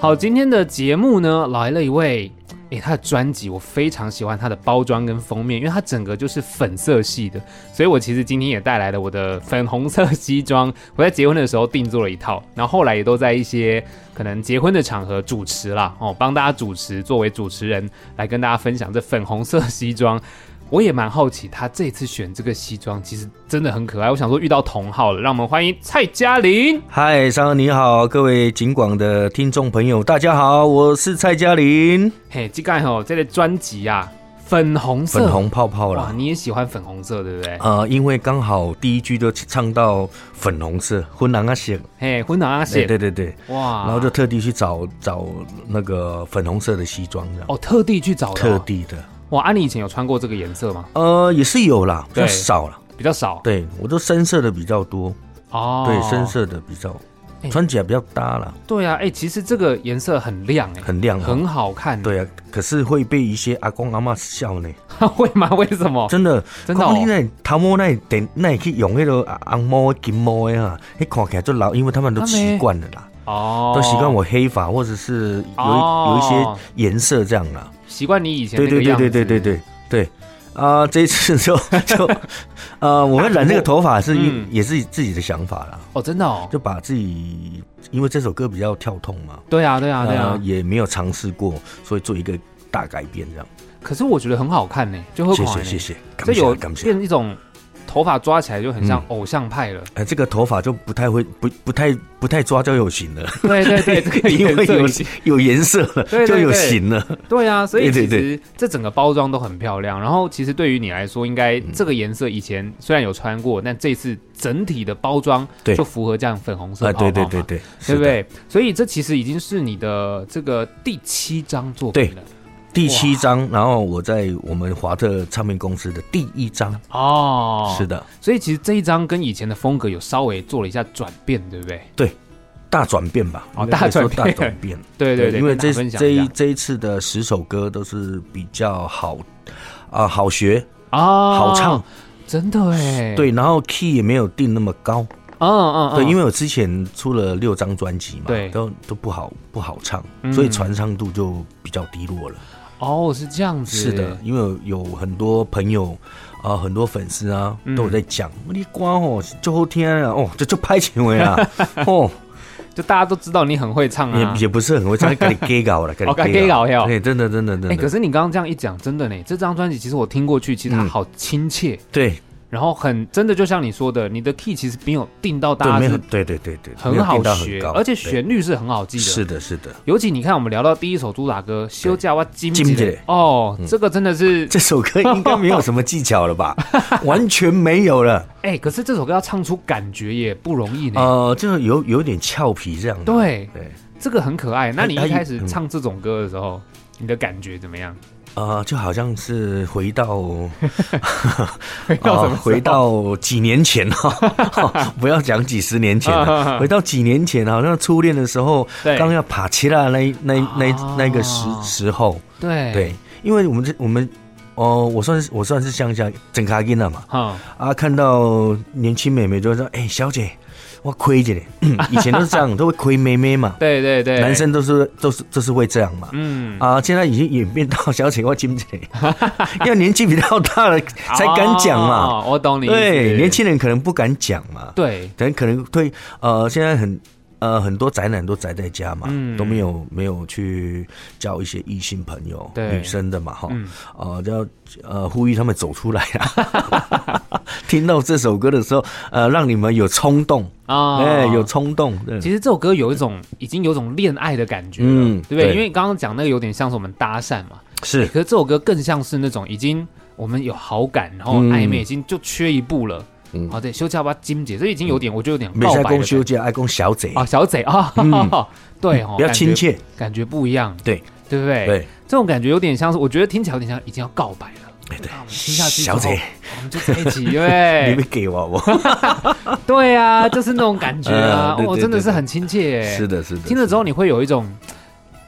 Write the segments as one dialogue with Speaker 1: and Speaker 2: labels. Speaker 1: 好，今天的节目呢，来了一位，诶，他的专辑我非常喜欢他的包装跟封面，因为它整个就是粉色系的，所以我其实今天也带来了我的粉红色西装，我在结婚的时候定做了一套，然后后来也都在一些可能结婚的场合主持啦，哦，帮大家主持，作为主持人来跟大家分享这粉红色西装。我也蛮好奇，他这次选这个西装其实真的很可爱。我想说遇到同好了，让我们欢迎蔡嘉玲。
Speaker 2: 嗨，商恩你好，各位警广的听众朋友，大家好，我是蔡嘉玲，
Speaker 1: 嘿，这个吼，这个专辑啊，粉红色，
Speaker 2: 粉红泡泡
Speaker 1: 哇，
Speaker 2: 啦。
Speaker 1: 你也喜欢粉红色，对不对？
Speaker 2: 呃，因为刚好第一句就唱到粉红色，昏狼啊血，
Speaker 1: 嘿，混糖阿
Speaker 2: 对
Speaker 1: 写
Speaker 2: 对对对，
Speaker 1: 哇，
Speaker 2: 然后就特地去找找那个粉红色的西装，这样、
Speaker 1: 哦，特地去找的哦
Speaker 2: 特地的，
Speaker 1: 哇，啊，你以前有穿过这个颜色吗？
Speaker 2: 呃，也是有啦，比较
Speaker 1: 对
Speaker 2: 少啦，
Speaker 1: 比较少，
Speaker 2: 对我都深色的比较多，
Speaker 1: 哦，
Speaker 2: 对深，色的比较
Speaker 1: 哎
Speaker 2: 穿起来比较搭啦，
Speaker 1: 对啊，哎，其实这个颜色很亮，哎，
Speaker 2: 很亮、啊。
Speaker 1: 很好看，，
Speaker 2: 对啊，可是会被一些阿公阿妈笑呢，
Speaker 1: 会吗？ 为什么？
Speaker 2: 真的。
Speaker 1: 真的哦
Speaker 2: 看，你那头毛那点那去用迄个红毛的金毛的啊，迄看起来就老，因为他们都习惯了啦，
Speaker 1: 哦，
Speaker 2: 都习惯我黑发或者是有、
Speaker 1: 哦
Speaker 2: 有一些颜色这样啦。
Speaker 1: 习惯你以前
Speaker 2: 对
Speaker 1: 那
Speaker 2: 对
Speaker 1: 个
Speaker 2: 对
Speaker 1: 样子
Speaker 2: 对对对对对。啊、这一次就就啊，我们染这个头发是因、
Speaker 1: 嗯
Speaker 2: 也是自己的想法啦，
Speaker 1: 哦，真的哦，
Speaker 2: 就把自己因为这首歌比较跳痛嘛，
Speaker 1: 对啊，对啊，对啊
Speaker 2: 呃，也没有尝试过，所以做一个大改变这样。
Speaker 1: 可是我觉得很好看呢，就会
Speaker 2: 谢
Speaker 1: 款
Speaker 2: 谢
Speaker 1: 呢
Speaker 2: 谢，谢，
Speaker 1: 欸
Speaker 2: 感
Speaker 1: 这
Speaker 2: 谢
Speaker 1: 有
Speaker 2: 感谢。嗯
Speaker 1: 变一种头发抓起来就很像偶像派了。
Speaker 2: 呃，这个头发就不太会不不太不太抓交友型了，
Speaker 1: 对对 对，这个
Speaker 2: 因
Speaker 1: 颜
Speaker 2: 为
Speaker 1: 色
Speaker 2: 有
Speaker 1: 已经
Speaker 2: 有颜色了，
Speaker 1: 对对
Speaker 2: 就有
Speaker 1: 对
Speaker 2: 型了。
Speaker 1: 对啊，所以其
Speaker 2: 对对
Speaker 1: 实这整个包装都很漂亮。然后其实对于你来说，应该这个颜色以前虽然有穿过，但这次整体的包装
Speaker 2: 对
Speaker 1: 就符合这样粉红色
Speaker 2: 啊，
Speaker 1: 泡泡
Speaker 2: 对
Speaker 1: 嘛
Speaker 2: 对对，对，是
Speaker 1: 对不
Speaker 2: 的？
Speaker 1: 对？所以这其实已经是你的这个第七张作品了。
Speaker 2: 第七张，然后我在我们华特唱片公司的第一张，
Speaker 1: 哦，
Speaker 2: 是。的，
Speaker 1: 所以其实这一张跟以前的风格有稍微做了一下转变，对不对？
Speaker 2: 大转变吧，
Speaker 1: 哦
Speaker 2: 应该可以说
Speaker 1: 大转变
Speaker 2: 大转变，
Speaker 1: 对对对，
Speaker 2: 因
Speaker 1: 跟
Speaker 2: 为
Speaker 1: 大家
Speaker 2: 这
Speaker 1: 分享
Speaker 2: 这
Speaker 1: 一
Speaker 2: 一
Speaker 1: 下
Speaker 2: 这一次的十首歌都是比较好啊，好学
Speaker 1: 啊，
Speaker 2: 好唱，，
Speaker 1: 真的哎，，
Speaker 2: 对，然后 key 也没有定那么高，
Speaker 1: 嗯嗯嗯，
Speaker 2: 对，因
Speaker 1: 为
Speaker 2: 为我之前出了六张专辑嘛，
Speaker 1: 对
Speaker 2: 都都不好不好唱，
Speaker 1: 嗯
Speaker 2: 所以传唱度就比较低落了。
Speaker 1: 哦是这样子，
Speaker 2: 是的，，因为有很多朋友啊、很多粉丝啊，
Speaker 1: 嗯
Speaker 2: 都有在讲，你瓜哦，就后天啊，哦，这就拍前 位啊，哦，
Speaker 1: 就大家都知道你很会唱啊
Speaker 2: 也，也不是很会唱，赶紧 gay 搞了，赶
Speaker 1: 哦
Speaker 2: 紧
Speaker 1: 给搞哟
Speaker 2: 对，真的真的真
Speaker 1: 哎、可
Speaker 2: 的，
Speaker 1: 是你刚刚这样一讲，真的呢，这张专辑其实我听过去，其实它
Speaker 2: 嗯
Speaker 1: 好亲切，
Speaker 2: 对
Speaker 1: 然后很真的，就像你说的，你的 key 其实没有定到
Speaker 2: 对，
Speaker 1: 大
Speaker 2: 没
Speaker 1: 家
Speaker 2: 有，
Speaker 1: 是
Speaker 2: 对对对对，没
Speaker 1: 很
Speaker 2: 有
Speaker 1: 好
Speaker 2: 定到
Speaker 1: 学，
Speaker 2: 高
Speaker 1: 而且
Speaker 2: 对
Speaker 1: 旋律是很好记的。
Speaker 2: 是的是的，
Speaker 1: 尤其你看，我们聊到第一首主打歌《休假哇金
Speaker 2: 金姐嗯
Speaker 1: 姐》哦，这个真的是
Speaker 2: 这首歌应该没有什么技巧 了吧，完全没有了，
Speaker 1: 哎、可是这首歌要唱出感觉也不容易呢。
Speaker 2: 呃，就是有有点俏皮这样的，
Speaker 1: 对，
Speaker 2: 对。
Speaker 1: 这个很可爱。那你
Speaker 2: 哎哎
Speaker 1: 一开始
Speaker 2: 嗯
Speaker 1: 唱这种歌的时候，你的感觉怎么样？
Speaker 2: 啊、就好像是回到 啊
Speaker 1: 回到什么时候？
Speaker 2: 回到几年前 哈，不要讲几十年前了，回到几年前，好像初恋的时候，
Speaker 1: 啊对
Speaker 2: 刚要爬起来那一那一那一
Speaker 1: 啊
Speaker 2: 那个时时候，
Speaker 1: 对
Speaker 2: 对，，因为我们这我们哦，我算是我算是乡下整卡金了嘛，
Speaker 1: 哈、
Speaker 2: 啊，看到年轻妹妹就会说，哎、小姐，我亏着呢， 以前都是这样，都会亏妹妹嘛，
Speaker 1: 对对对，
Speaker 2: 男，生都是都是都是会这样嘛，
Speaker 1: 嗯，
Speaker 2: 啊，现在已经演变到小姐我金姐， 要年纪比较 大了才敢讲嘛。
Speaker 1: 哦，我懂你意思，
Speaker 2: 对，年轻人可能不敢讲嘛，
Speaker 1: 对，
Speaker 2: 可能可能对呃，现在很呃很多宅男都宅在家嘛，
Speaker 1: 嗯
Speaker 2: 都没有没有去交一些异性朋友，
Speaker 1: 对
Speaker 2: 女生的嘛哈，
Speaker 1: 嗯
Speaker 2: 呃要呃呼吁他们走出来啊。 听到这首歌的时候，呃，让你们有冲动，
Speaker 1: 啊，
Speaker 2: 哎、有冲动，对
Speaker 1: 其实这首歌有一种已经有种恋爱的感觉了，
Speaker 2: 嗯
Speaker 1: 对不对？
Speaker 2: 对
Speaker 1: 因为刚刚讲那个有点像是我们搭讪嘛，
Speaker 2: 是
Speaker 1: 可是这首歌更像是那种已经我们有好感，然后
Speaker 2: 嗯
Speaker 1: 暧昧已经就缺一步了。
Speaker 2: 嗯
Speaker 1: 哦，对，休假吧，金姐，这已经有点，我就有点
Speaker 2: 没
Speaker 1: 告
Speaker 2: 在
Speaker 1: 白
Speaker 2: 公休
Speaker 1: 了。
Speaker 2: 假，爱公小姐，
Speaker 1: 啊，小贼啊， 对哦，
Speaker 2: 嗯比
Speaker 1: 感觉
Speaker 2: 较
Speaker 1: 哎
Speaker 2: 亲，切，
Speaker 1: 感觉不一样，
Speaker 2: 对
Speaker 1: 对不对？
Speaker 2: 对。
Speaker 1: 这种感觉有点像是，我觉得听起来有点像已经要告白了。
Speaker 2: 哎，对
Speaker 1: 那我们听下去之
Speaker 2: 小
Speaker 1: 后
Speaker 2: 姐，
Speaker 1: 我们就在一 起，对不
Speaker 2: 你
Speaker 1: 对
Speaker 2: 们给我我。
Speaker 1: 对啊，就是那种感觉啊，
Speaker 2: 嗯对
Speaker 1: 哦，
Speaker 2: 对
Speaker 1: 真的
Speaker 2: 对
Speaker 1: 是
Speaker 2: 对
Speaker 1: 很亲切耶。
Speaker 2: 的，是的
Speaker 1: 听了之后，你会有一种，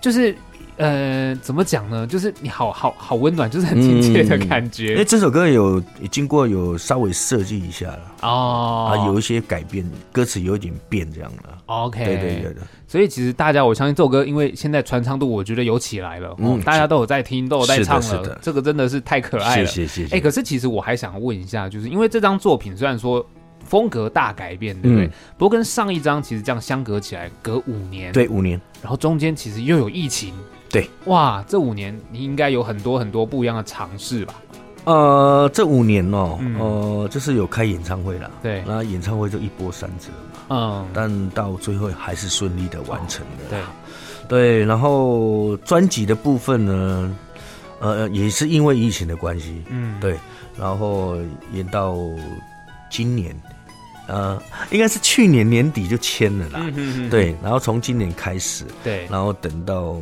Speaker 1: 就是呃，怎么讲呢？就是你好好好温暖，就是很亲切的感
Speaker 2: 因为
Speaker 1: 觉、
Speaker 2: 哎这首歌有经过有稍微设计一下了、
Speaker 1: 哦。
Speaker 2: 啊，有一些改变，歌词有一点变这样了。
Speaker 1: OK，
Speaker 2: 对对对对，
Speaker 1: 所以其实大家，我相信这首歌，因为现在传唱度我觉得有起来了，
Speaker 2: 嗯
Speaker 1: 哦大家都有在听，都有在唱了，
Speaker 2: 是的是的
Speaker 1: 这个真的是太可爱
Speaker 2: 谢
Speaker 1: 了。
Speaker 2: 谢谢谢。
Speaker 1: 哎、可是其实我还想问一下，就是因为这张作品虽然说风格大改变，对不对？
Speaker 2: 嗯
Speaker 1: 不过跟上一张其实这样相隔起来，隔五年，，
Speaker 2: 对，五年，
Speaker 1: 然后中间其实又有疫情，
Speaker 2: 对，
Speaker 1: 哇，这五年你应该有很多很多不一样的尝试吧？
Speaker 2: 呃，这五年哦，
Speaker 1: 嗯
Speaker 2: 呃，就是有开演唱会啦，
Speaker 1: 对，
Speaker 2: 那演唱会就一波三折嘛，
Speaker 1: 嗯，
Speaker 2: 但到最后还是顺利的完成的。
Speaker 1: 对，
Speaker 2: 对，然后专辑的部分呢，呃，也是因为疫情的关系，
Speaker 1: 嗯，
Speaker 2: 对然后延到今年，呃，应该是去年年底就签了啦。
Speaker 1: 嗯哼哼
Speaker 2: 对，然后从今年开始，
Speaker 1: 对
Speaker 2: 然后等到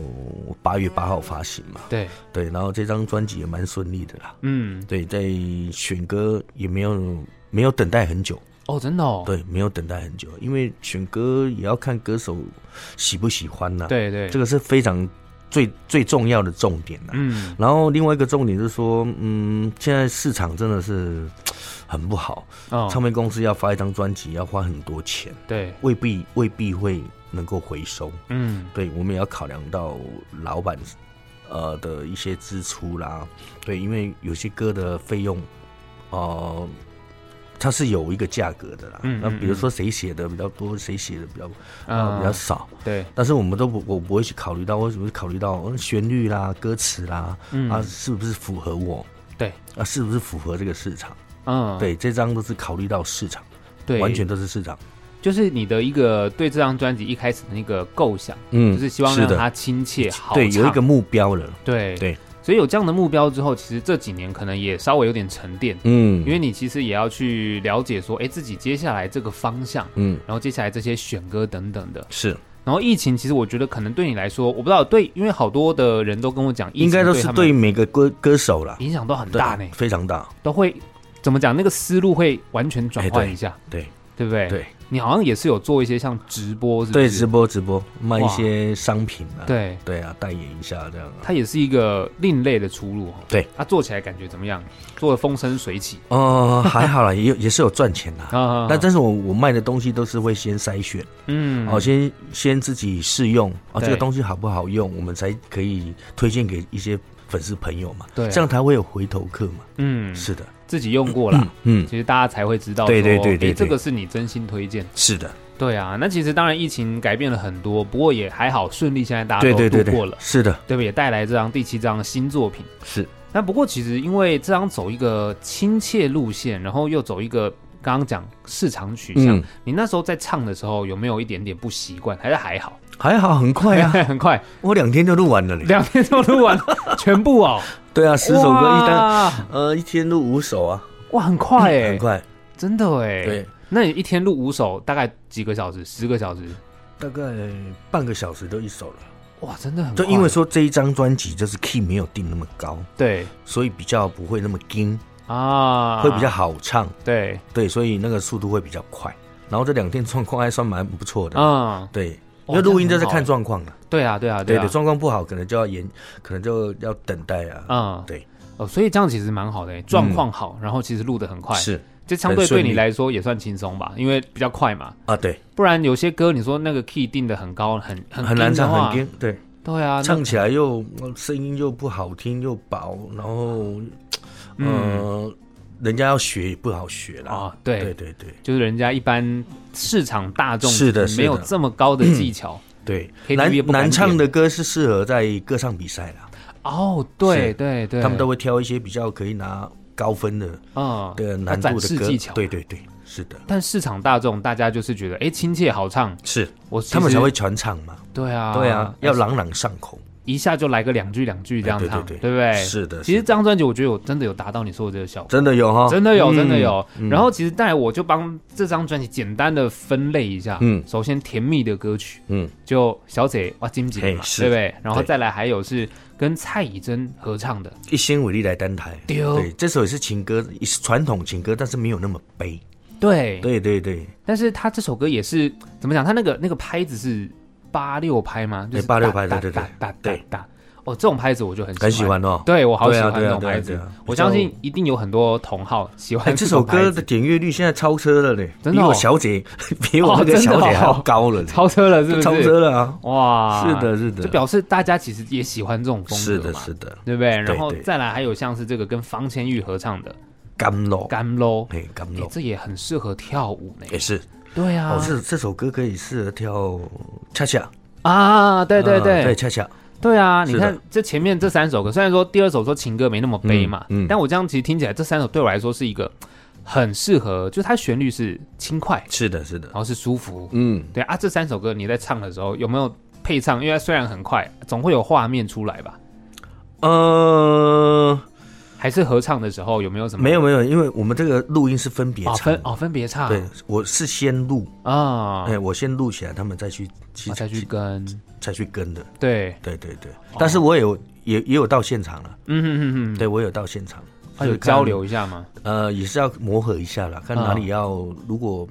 Speaker 2: 八月八号发行嘛。
Speaker 1: 对，
Speaker 2: 对，然后这张专辑也蛮顺利的啦。
Speaker 1: 嗯，
Speaker 2: 对，在选歌也没有没有等待很久，
Speaker 1: 哦，真的哦，
Speaker 2: 对，没有等待很久，因为选歌也要看歌手喜不喜欢呐、，
Speaker 1: 对对，
Speaker 2: 啊这个是非常最最重要的重点呐、
Speaker 1: 嗯，
Speaker 2: 然后另外一个重点就是说，嗯，现在市场真的是很不好，
Speaker 1: 哦，
Speaker 2: 唱片公司要发一张专辑要花很多钱，
Speaker 1: 对，
Speaker 2: 未必未必会能够回收。
Speaker 1: 嗯，
Speaker 2: 对，我们也要考量到老板呃的一些支出啦，对，因为有些歌的费用，呃，它是有一个价格的啦。
Speaker 1: 嗯
Speaker 2: 那
Speaker 1: 嗯
Speaker 2: 比如说谁写的比较多，谁写的比较呃
Speaker 1: 嗯
Speaker 2: 比较少，
Speaker 1: 对，
Speaker 2: 但是我们都不我不会去考虑到，我只会考虑到呃旋律啦、歌词啦，
Speaker 1: 嗯
Speaker 2: 啊是不是符合我，
Speaker 1: 对，
Speaker 2: 啊是不是符合这个市场？
Speaker 1: 嗯，
Speaker 2: 对，这张都是考虑到市场，
Speaker 1: 对，
Speaker 2: 完全都是市场。
Speaker 1: 就是你的一个对这张专辑一开始的那个构想，
Speaker 2: 嗯
Speaker 1: 就是希望让
Speaker 2: 的
Speaker 1: 它亲切好
Speaker 2: 对有一
Speaker 1: 唱
Speaker 2: 个目标了，
Speaker 1: 对
Speaker 2: 对，
Speaker 1: 所以有这样的目标之后，其实这几年可能也稍微有点沉淀，
Speaker 2: 嗯
Speaker 1: 因为你其实也要去了解说，哎，自己接下来这个方向。
Speaker 2: 嗯
Speaker 1: 然后接下来这些选歌等等的，
Speaker 2: 是
Speaker 1: 然后疫情其实我觉得可能对你来说，我不知道对，因为好多的人都跟我讲，疫情
Speaker 2: 应该都是
Speaker 1: 他们
Speaker 2: 对每个歌歌手啦，
Speaker 1: 影响都很
Speaker 2: 对啊
Speaker 1: 大呢，
Speaker 2: 非常大，
Speaker 1: 都会怎么讲？那个思路会完全转换一下，
Speaker 2: 哎对
Speaker 1: 对不对？
Speaker 2: 对
Speaker 1: 你好像也是有做一些像直播，是不
Speaker 2: 对，
Speaker 1: 是？
Speaker 2: 直播直播卖一些商品啊，
Speaker 1: 对，
Speaker 2: 对啊，代言一下这样啊。
Speaker 1: 它也是一个另类的出路哦。
Speaker 2: 对，
Speaker 1: 它做起来感觉怎么样？做的风生水起
Speaker 2: 哦，还好啦，也有也是有赚钱啦。
Speaker 1: 啊
Speaker 2: 那但是我我卖的东西都是会先筛选，
Speaker 1: 嗯
Speaker 2: 哦，先先自己试用哦，
Speaker 1: 对
Speaker 2: 这个东西好不好用，我们才可以推荐给一些粉丝朋友嘛。
Speaker 1: 对啊
Speaker 2: 这样才会有回头客嘛。
Speaker 1: 嗯
Speaker 2: 是的，
Speaker 1: 自己用 过啦，
Speaker 2: 嗯，
Speaker 1: 其实大家才会知道说，
Speaker 2: 对对对对
Speaker 1: 诶这
Speaker 2: 对
Speaker 1: 个是你真心推荐。
Speaker 2: 是的，
Speaker 1: 对啊，那其实当然疫情改变了很多，不过也还好顺利，现在大家
Speaker 2: 对对
Speaker 1: 都
Speaker 2: 对
Speaker 1: 度过了
Speaker 2: 对，，是的，
Speaker 1: 对不对？也带来这张第七张新作品。
Speaker 2: 是
Speaker 1: 那不过其实因为这张走一个亲切路线，然后又走一个刚刚讲市场取向，
Speaker 2: 嗯
Speaker 1: 你那时候在唱的时候有没有一点点不习惯？还是还好？
Speaker 2: 还好，很快啊，
Speaker 1: 很快，
Speaker 2: 我两天就录完了嘞。
Speaker 1: 两天都录完 全部哦，
Speaker 2: 对啊，十首歌一单，
Speaker 1: 哇
Speaker 2: 呃，一天录五首啊，
Speaker 1: 哇，很快哎，
Speaker 2: 很快，
Speaker 1: 真的哎。
Speaker 2: 对，，
Speaker 1: 那你一天录五首，大概几个小时？十个小时？
Speaker 2: 大概半个小时都一首了。
Speaker 1: 哇，真的很
Speaker 2: 就
Speaker 1: 快。
Speaker 2: 因为说这一张专辑就是 key 没有定那么高，
Speaker 1: 对
Speaker 2: 所以比较不会那么硬，
Speaker 1: 啊，
Speaker 2: 会比较好唱，
Speaker 1: 对
Speaker 2: 对，所以那个速度会比较快。然后这两天状况还算蛮不错的，
Speaker 1: 啊，
Speaker 2: 对，
Speaker 1: 哇
Speaker 2: 因为录音都在
Speaker 1: 这样很好
Speaker 2: 看状况了，
Speaker 1: 对啊，对啊，
Speaker 2: 对
Speaker 1: 啊
Speaker 2: 的，，状况不好可能就要延，可能就要等待啊，
Speaker 1: 嗯，
Speaker 2: 对，嗯
Speaker 1: 哦，所以这样其实蛮好的诶，状况好，然后其实录的很快，
Speaker 2: 是
Speaker 1: 这相对
Speaker 2: 很
Speaker 1: 对
Speaker 2: 顺利
Speaker 1: 你来说也算轻松吧，因为比较快嘛。
Speaker 2: 啊，对，
Speaker 1: 不然有些歌你说那个 key 定的很高，很很
Speaker 2: 很难
Speaker 1: 硬的
Speaker 2: 唱，
Speaker 1: 话
Speaker 2: 很硬，对，
Speaker 1: 对啊，那
Speaker 2: 唱起来又呃声音又不好听又薄，然后，呃，人家要学也不好学啦，
Speaker 1: 嗯啊，对
Speaker 2: 对对对
Speaker 1: 就是人家一般市场大众
Speaker 2: 是的是的嗯
Speaker 1: 没有这么高的技巧。
Speaker 2: 对，
Speaker 1: KTV 也
Speaker 2: 难
Speaker 1: 不敢
Speaker 2: 难唱
Speaker 1: 点
Speaker 2: 的歌是适合在歌唱比赛啦，
Speaker 1: 哦，对
Speaker 2: 是
Speaker 1: 对对，
Speaker 2: 他们都会挑一些比较可以拿高分的
Speaker 1: 嗯
Speaker 2: 的
Speaker 1: 要
Speaker 2: 难
Speaker 1: 展
Speaker 2: 度的
Speaker 1: 示
Speaker 2: 歌
Speaker 1: 技巧，，
Speaker 2: 对。对对，是的，
Speaker 1: 但市场大众大家就是觉得，哎，亲切好唱，
Speaker 2: 是
Speaker 1: 我其实
Speaker 2: 他们才会传唱嘛，
Speaker 1: 对啊
Speaker 2: 对啊，要朗朗上口，
Speaker 1: 一下就来个两句两句这样
Speaker 2: 哎对
Speaker 1: 唱，
Speaker 2: 对对
Speaker 1: 不对？
Speaker 2: 是的，
Speaker 1: 其实
Speaker 2: 是的
Speaker 1: 这张专辑我觉得有真的有达到你说的这个效果。
Speaker 2: 真的有哈，
Speaker 1: 真的有，
Speaker 2: 嗯
Speaker 1: 真的有。
Speaker 2: 嗯
Speaker 1: 然后其实，带我就帮这张专辑简单的分类一下。
Speaker 2: 嗯
Speaker 1: 首先甜蜜的歌曲
Speaker 2: 嗯，
Speaker 1: 就小姐哇金姐嘛
Speaker 2: 嘿，是
Speaker 1: 对不对？然后
Speaker 2: 对
Speaker 1: 再来还有是跟蔡以真合唱的，
Speaker 2: 一心为力来单台，
Speaker 1: 对哦
Speaker 2: 对，这首也是情歌，也是传统情歌，但是没有那么悲，
Speaker 1: 对。
Speaker 2: 对对对，
Speaker 1: 但是他这首歌也是怎么讲？他那个那个拍子是八六拍吗？就是
Speaker 2: 哎对86拍
Speaker 1: 哒
Speaker 2: 对对
Speaker 1: 哒哒哒
Speaker 2: 对
Speaker 1: 哒。哦，这种拍子我就很
Speaker 2: 很喜欢哦。
Speaker 1: 对我好喜
Speaker 2: 对啊
Speaker 1: 欢
Speaker 2: 对
Speaker 1: 这
Speaker 2: 啊
Speaker 1: 种
Speaker 2: 对
Speaker 1: 拍
Speaker 2: 啊
Speaker 1: 子，
Speaker 2: 对啊，
Speaker 1: 我
Speaker 2: 比较
Speaker 1: 相信一定有很多同好喜
Speaker 2: 哎，
Speaker 1: 欢
Speaker 2: 这
Speaker 1: 种
Speaker 2: 首歌
Speaker 1: 拍
Speaker 2: 的
Speaker 1: 子
Speaker 2: 点阅率现在超车了嘞，
Speaker 1: 真
Speaker 2: 比
Speaker 1: 的哦
Speaker 2: 我小姐，比我那
Speaker 1: 哦真
Speaker 2: 个
Speaker 1: 的
Speaker 2: 小姐还要
Speaker 1: 哦
Speaker 2: 高了嘞，
Speaker 1: 超车了，是不是？
Speaker 2: 超车了啊！
Speaker 1: 哇，
Speaker 2: 是，的，是的，
Speaker 1: 就表示大家其实也喜欢这种风格
Speaker 2: 是的，
Speaker 1: 嘛
Speaker 2: 是的，
Speaker 1: 对不对？然后
Speaker 2: 对
Speaker 1: 再来还有像是这个跟方千玉合唱的
Speaker 2: 甘露，
Speaker 1: 《干喽》，
Speaker 2: 哎，甘
Speaker 1: 哎
Speaker 2: 露
Speaker 1: 这也很适合跳舞呢。
Speaker 2: 也是
Speaker 1: 对啊
Speaker 2: 哦，，这这首歌可以适合跳恰恰，
Speaker 1: 啊，对对
Speaker 2: 嗯
Speaker 1: 对
Speaker 2: 对，恰恰，
Speaker 1: 对啊！你
Speaker 2: 是的
Speaker 1: 看这前面这三首歌，虽然说第二首说情歌没那么悲嘛，
Speaker 2: 嗯嗯
Speaker 1: 但我这样其实听起来这三首对我来说是一个很适合，就是它旋律是轻快，
Speaker 2: 是的，是的
Speaker 1: 然，后是舒服。
Speaker 2: 嗯，
Speaker 1: 对啊，这三首歌你在唱的时候有没有配唱？因为它虽然很快，总会有画面出来吧？
Speaker 2: 呃，
Speaker 1: 还是合唱的时候有没有什么？
Speaker 2: 没有没有，因为我们这个录音是分别
Speaker 1: 哦，
Speaker 2: 唱
Speaker 1: 分，哦分别唱
Speaker 2: 对，我是先录，
Speaker 1: 啊，
Speaker 2: 哎，我先录起来，他们再去去
Speaker 1: 我再去哦跟
Speaker 2: 再去跟的，
Speaker 1: 对，
Speaker 2: 对对对，但是我也有也也有到现场了，
Speaker 1: 嗯哼哼哼，
Speaker 2: 对我有到现场，
Speaker 1: 啊有
Speaker 2: 就是看
Speaker 1: 交流一下吗？
Speaker 2: 呃，也是要磨合一下啦，看哪里要，
Speaker 1: 啊
Speaker 2: 如果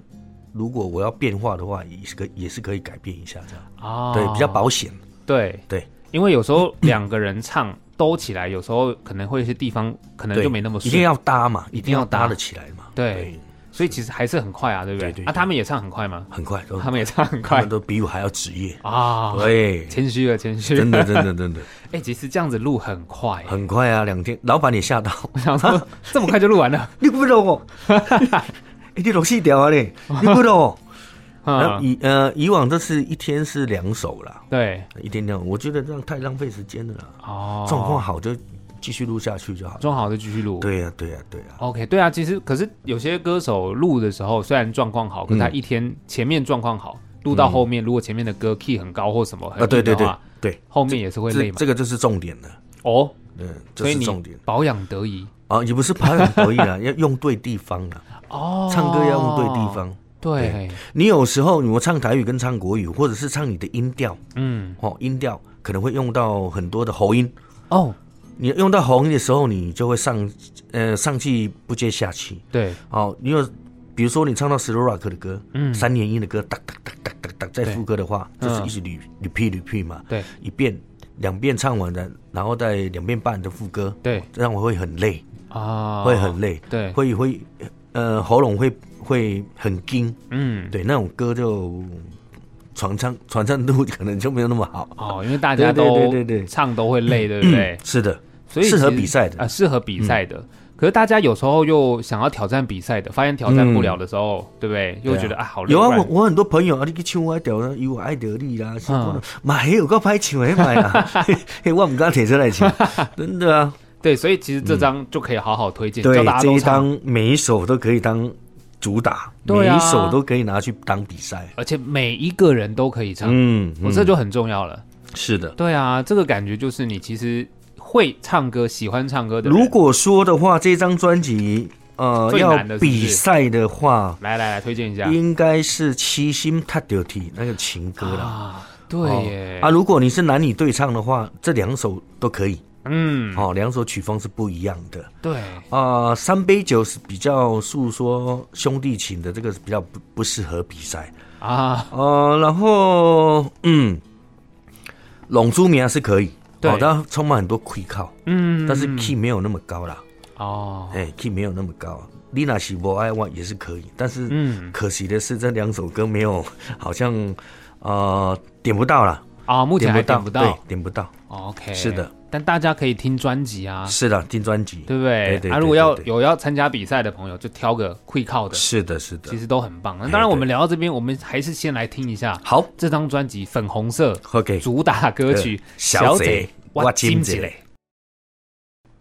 Speaker 2: 如果我要变化的话，也是可也是可以改变一下这样，
Speaker 1: 啊，
Speaker 2: 对，比较保险。
Speaker 1: 对
Speaker 2: 对，
Speaker 1: 因为有时候两个人唱兜起来，有时候可能会有一些地方可能
Speaker 2: 对，
Speaker 1: 就没那么
Speaker 2: 一定
Speaker 1: 顺，
Speaker 2: 要搭嘛，一
Speaker 1: 定
Speaker 2: 定
Speaker 1: 要
Speaker 2: 要搭
Speaker 1: 搭
Speaker 2: 得起来嘛。
Speaker 1: 对，所以其实还是很快啊，对不对？
Speaker 2: 对对
Speaker 1: 啊，
Speaker 2: 对
Speaker 1: 他们也唱很快吗？
Speaker 2: 很快都
Speaker 1: 他们也唱很
Speaker 2: 他
Speaker 1: 快
Speaker 2: 们都比我还要职业，
Speaker 1: 啊，
Speaker 2: 对，
Speaker 1: 谦虚了，谦虚。
Speaker 2: 真的真的真的
Speaker 1: 哎，其实这样子录很快，
Speaker 2: 很快啊，两天，老板也吓到，
Speaker 1: 我想说这么快就录完了
Speaker 2: 你不懂哦， 欸你懂细条啊 你，你不懂哦。然后
Speaker 1: 啊，
Speaker 2: 以呃以往都是一天是两首啦，
Speaker 1: 对，
Speaker 2: 一天两首，我觉得这样太浪费时间了啦。
Speaker 1: 哦，
Speaker 2: 状况好就继续录下去就好了。
Speaker 1: 状况好就继续录。
Speaker 2: 对呀、对呀、对呀、
Speaker 1: OK，对啊，其实可是有些歌手录的时候，虽然状况
Speaker 2: 嗯
Speaker 1: 好，可是他一天前面状况好，录到后面如果前面的歌 key 很高或什么很
Speaker 2: 啊，
Speaker 1: 哎
Speaker 2: 对
Speaker 1: 硬的
Speaker 2: 对对
Speaker 1: 话
Speaker 2: 对，
Speaker 1: 后面也是会累
Speaker 2: 这
Speaker 1: 嘛。
Speaker 2: 这个就是重点了，
Speaker 1: 哦，
Speaker 2: 嗯，这
Speaker 1: 所以
Speaker 2: 是
Speaker 1: 你
Speaker 2: 重点
Speaker 1: 保养得宜
Speaker 2: 啊，也不是保养得 意啊，要用对地方啊，
Speaker 1: 哦
Speaker 2: 唱歌要用对地。方。
Speaker 1: 对，
Speaker 2: 你有时候我唱台语跟唱国语，或者是唱你的音调
Speaker 1: 嗯，
Speaker 2: 哦，音调可能会用到很多的喉音。
Speaker 1: 哦，
Speaker 2: 你用到喉音的时候，你就会上呃上气不接下气
Speaker 1: 对，
Speaker 2: 哦。因为比如说你唱到 slow rock 的歌，
Speaker 1: 嗯
Speaker 2: 三连音的歌，哒哒哒哒哒哒，再副歌的话，
Speaker 1: 嗯
Speaker 2: 就是一直捋捋屁捋屁嘛。
Speaker 1: 对，
Speaker 2: 一遍两遍唱完的，然后再两遍半的副歌，
Speaker 1: 对
Speaker 2: 这样我会很累，
Speaker 1: 啊，
Speaker 2: 会很累，
Speaker 1: 对，
Speaker 2: 会会呃喉咙会会很惊，
Speaker 1: 嗯，
Speaker 2: 对，那种歌就传唱传唱度 可能就没有那么好。
Speaker 1: 哦，因为大家
Speaker 2: 对对
Speaker 1: 都
Speaker 2: 对对对
Speaker 1: 唱都会累，对不 对？
Speaker 2: 是的，
Speaker 1: 所以
Speaker 2: 适合
Speaker 1: 其实
Speaker 2: 比赛
Speaker 1: 啊、
Speaker 2: 的，嗯
Speaker 1: 适合比赛的。可是大家有时候又想要挑战比赛的，发现挑战不了的时候，对不对？又
Speaker 2: 对啊
Speaker 1: 觉得啊，好累。
Speaker 2: 有啊，
Speaker 1: 不然
Speaker 2: 我我很多朋友啊，你去唱我屌啦，有我爱得力
Speaker 1: 嗯
Speaker 2: 啦，什么的买还有个拍唱还买 啊，嘿嘿我唔敢提出来唱，真的啊。
Speaker 1: 对，所以其实这张就可以好好推荐，
Speaker 2: 对
Speaker 1: 叫大，家
Speaker 2: 这
Speaker 1: 都
Speaker 2: 一
Speaker 1: 唱，
Speaker 2: 张每一首都可以当主打，
Speaker 1: 对
Speaker 2: 每
Speaker 1: 啊
Speaker 2: 一首都可以拿去当比赛。
Speaker 1: 而且每一个人都可以唱，
Speaker 2: 嗯，
Speaker 1: 我
Speaker 2: 嗯
Speaker 1: 这就很重要了。
Speaker 2: 是的。
Speaker 1: 对啊，这个感觉就是你其实会唱歌、喜欢唱歌的人。
Speaker 2: 如果说的话，这张专辑呃
Speaker 1: 最
Speaker 2: 要
Speaker 1: 难的是不啊是
Speaker 2: 比赛的话，
Speaker 1: 来来来，推荐一下
Speaker 2: 应该是《七星踏丢体》那个情歌啦。
Speaker 1: 啊，对耶，
Speaker 2: 啊，如果你是男女对唱的话，这两首都可以
Speaker 1: 嗯，
Speaker 2: 哦，两首曲风是不一样的
Speaker 1: 对，
Speaker 2: 啊、三杯酒是比较诉说兄弟情的，这个是比较不不适合比赛。
Speaker 1: 啊，
Speaker 2: 呃，然后嗯，龙珠名是可以，
Speaker 1: 对
Speaker 2: 哦，它充满很多 key 靠，
Speaker 1: 嗯，
Speaker 2: 但是 key 没有那么高啦，
Speaker 1: 哦，
Speaker 2: 哎、k e y 没有那么高。丽娜喜我爱我也是可以，但是
Speaker 1: 嗯，
Speaker 2: 可惜的是这两首歌没有，好像呃点不到啦，
Speaker 1: 啊，目前还点不到哦
Speaker 2: 对，点不到，
Speaker 1: ，OK，
Speaker 2: 是的，
Speaker 1: 但大家可以听专辑啊，
Speaker 2: 是的，听专辑，
Speaker 1: 对不对？
Speaker 2: 对对
Speaker 1: 啊，
Speaker 2: 对
Speaker 1: 如果要
Speaker 2: 对对
Speaker 1: 有要参加比赛的朋友，就挑个会靠的，
Speaker 2: 是的，是的
Speaker 1: 其，实都很棒。那
Speaker 2: 哎
Speaker 1: 当然，我们
Speaker 2: 对
Speaker 1: 聊到这边，我们还是先来听一下
Speaker 2: 好
Speaker 1: 这张专辑《粉红色》
Speaker 2: ，OK，
Speaker 1: 主打歌曲《
Speaker 2: 呃小姐
Speaker 1: 我
Speaker 2: 我
Speaker 1: 金
Speaker 2: 金
Speaker 1: 姐
Speaker 2: 姐》。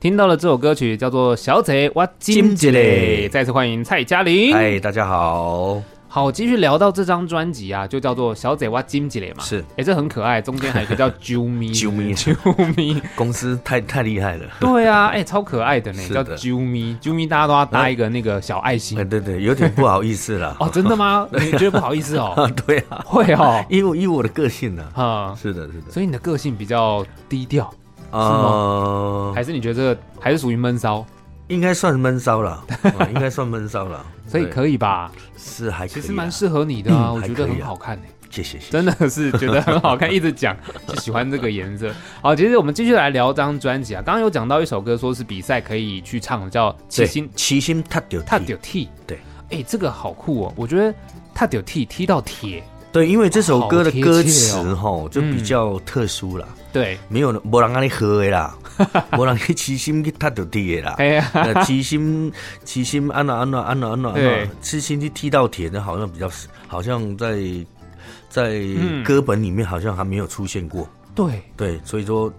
Speaker 1: 听到了这首歌曲叫做《小贼我金
Speaker 2: 金
Speaker 1: 姐
Speaker 2: 姐
Speaker 1: 嘞》，
Speaker 2: 嘞
Speaker 1: 再次欢迎蔡嘉玲。
Speaker 2: 嗨，哎大家好，
Speaker 1: 好，继续聊到这张专辑啊，就叫做《小贼我金姐嘞》嘛。
Speaker 2: 是
Speaker 1: 哎，这很可爱，中间还有一 个叫啾咪，
Speaker 2: 啾咪
Speaker 1: 啾 咪，
Speaker 2: 啊公司太太厉害了，
Speaker 1: 对啊，哎，超可爱的呢，
Speaker 2: 是
Speaker 1: 叫
Speaker 2: 的
Speaker 1: 啾咪，啾咪，大家都要搭一个那个小爱
Speaker 2: 哎、
Speaker 1: 心。，
Speaker 2: 对对，有点不好意思啦
Speaker 1: 哦，真的吗？你觉得不好意思哦？
Speaker 2: 啊，对啊，
Speaker 1: 会 哦，
Speaker 2: 因为以我的个性呢、
Speaker 1: 哈、
Speaker 2: 是的，是的，
Speaker 1: 所以你的个性比较低调，
Speaker 2: 啊、
Speaker 1: 还是你觉得还是属于闷骚？
Speaker 2: 应该算闷骚 了，啊应该算闷骚了，
Speaker 1: 所以
Speaker 2: 对
Speaker 1: 可以吧？
Speaker 2: 是还可以
Speaker 1: 其
Speaker 2: 啦，
Speaker 1: 实蛮适合你的啊，
Speaker 2: 嗯
Speaker 1: 我觉
Speaker 2: 还
Speaker 1: 得
Speaker 2: 可以啊
Speaker 1: 很好看、欸、
Speaker 2: 谢谢，谢谢
Speaker 1: 真的是觉得很好看，一直 讲就喜欢这个颜色。好，其实我们继续来聊这张专辑啊，刚刚有讲到一首歌，说是比赛可以去唱的，叫《七
Speaker 2: 对
Speaker 1: 星
Speaker 2: 七星踏丢
Speaker 1: 踏丢踢》。
Speaker 2: 对，
Speaker 1: 哎、这个好酷哦，我觉得踏丢踢踢到铁，
Speaker 2: 对，因为这首歌的
Speaker 1: 好
Speaker 2: 歌词
Speaker 1: 贴切哦嗯
Speaker 2: 吼就比较特殊啦，
Speaker 1: 对，
Speaker 2: 没有没人跟你喝 的啦，没人去七星去踏到地的啦。
Speaker 1: 哎 呀，
Speaker 2: 那七星，七星，安娜，安娜，安娜，安娜，安
Speaker 1: 对
Speaker 2: 娜，七星去踢到铁的，好像比较，好像在在
Speaker 1: 嗯
Speaker 2: 歌本里面好像还没有出现过。
Speaker 1: 对，
Speaker 2: 对，所以说，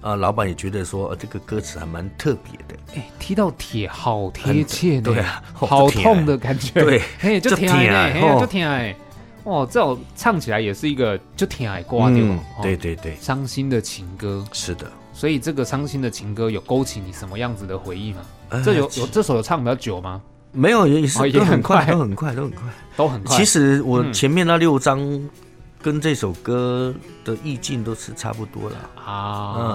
Speaker 2: 啊、老板也觉得说，呃，这个歌词还蛮特别的。
Speaker 1: 哎、踢到铁好贴切的，
Speaker 2: 对啊哦
Speaker 1: 好
Speaker 2: 就痛
Speaker 1: 痛的感觉，
Speaker 2: 对
Speaker 1: 嘿，就
Speaker 2: 就
Speaker 1: 甜哎，
Speaker 2: 疼
Speaker 1: 嘿呀，
Speaker 2: 哦
Speaker 1: 就甜哎，哇，这种唱起来也是一个就甜哎挂掉，哦
Speaker 2: 嗯对对对，
Speaker 1: 伤心的情歌，
Speaker 2: 是的。
Speaker 1: 所以这个伤心的情歌有勾起你什么样子的回忆吗？
Speaker 2: 呃
Speaker 1: 这有
Speaker 2: 其
Speaker 1: 有这首有唱比较久吗？
Speaker 2: 没有也是、
Speaker 1: 哦也
Speaker 2: 都
Speaker 1: 很
Speaker 2: 很
Speaker 1: 快
Speaker 2: 快，都很快，都很快。
Speaker 1: 都很快。
Speaker 2: 其实我
Speaker 1: 嗯
Speaker 2: 前面那六张跟这首歌的意境都是差不多啦，啊、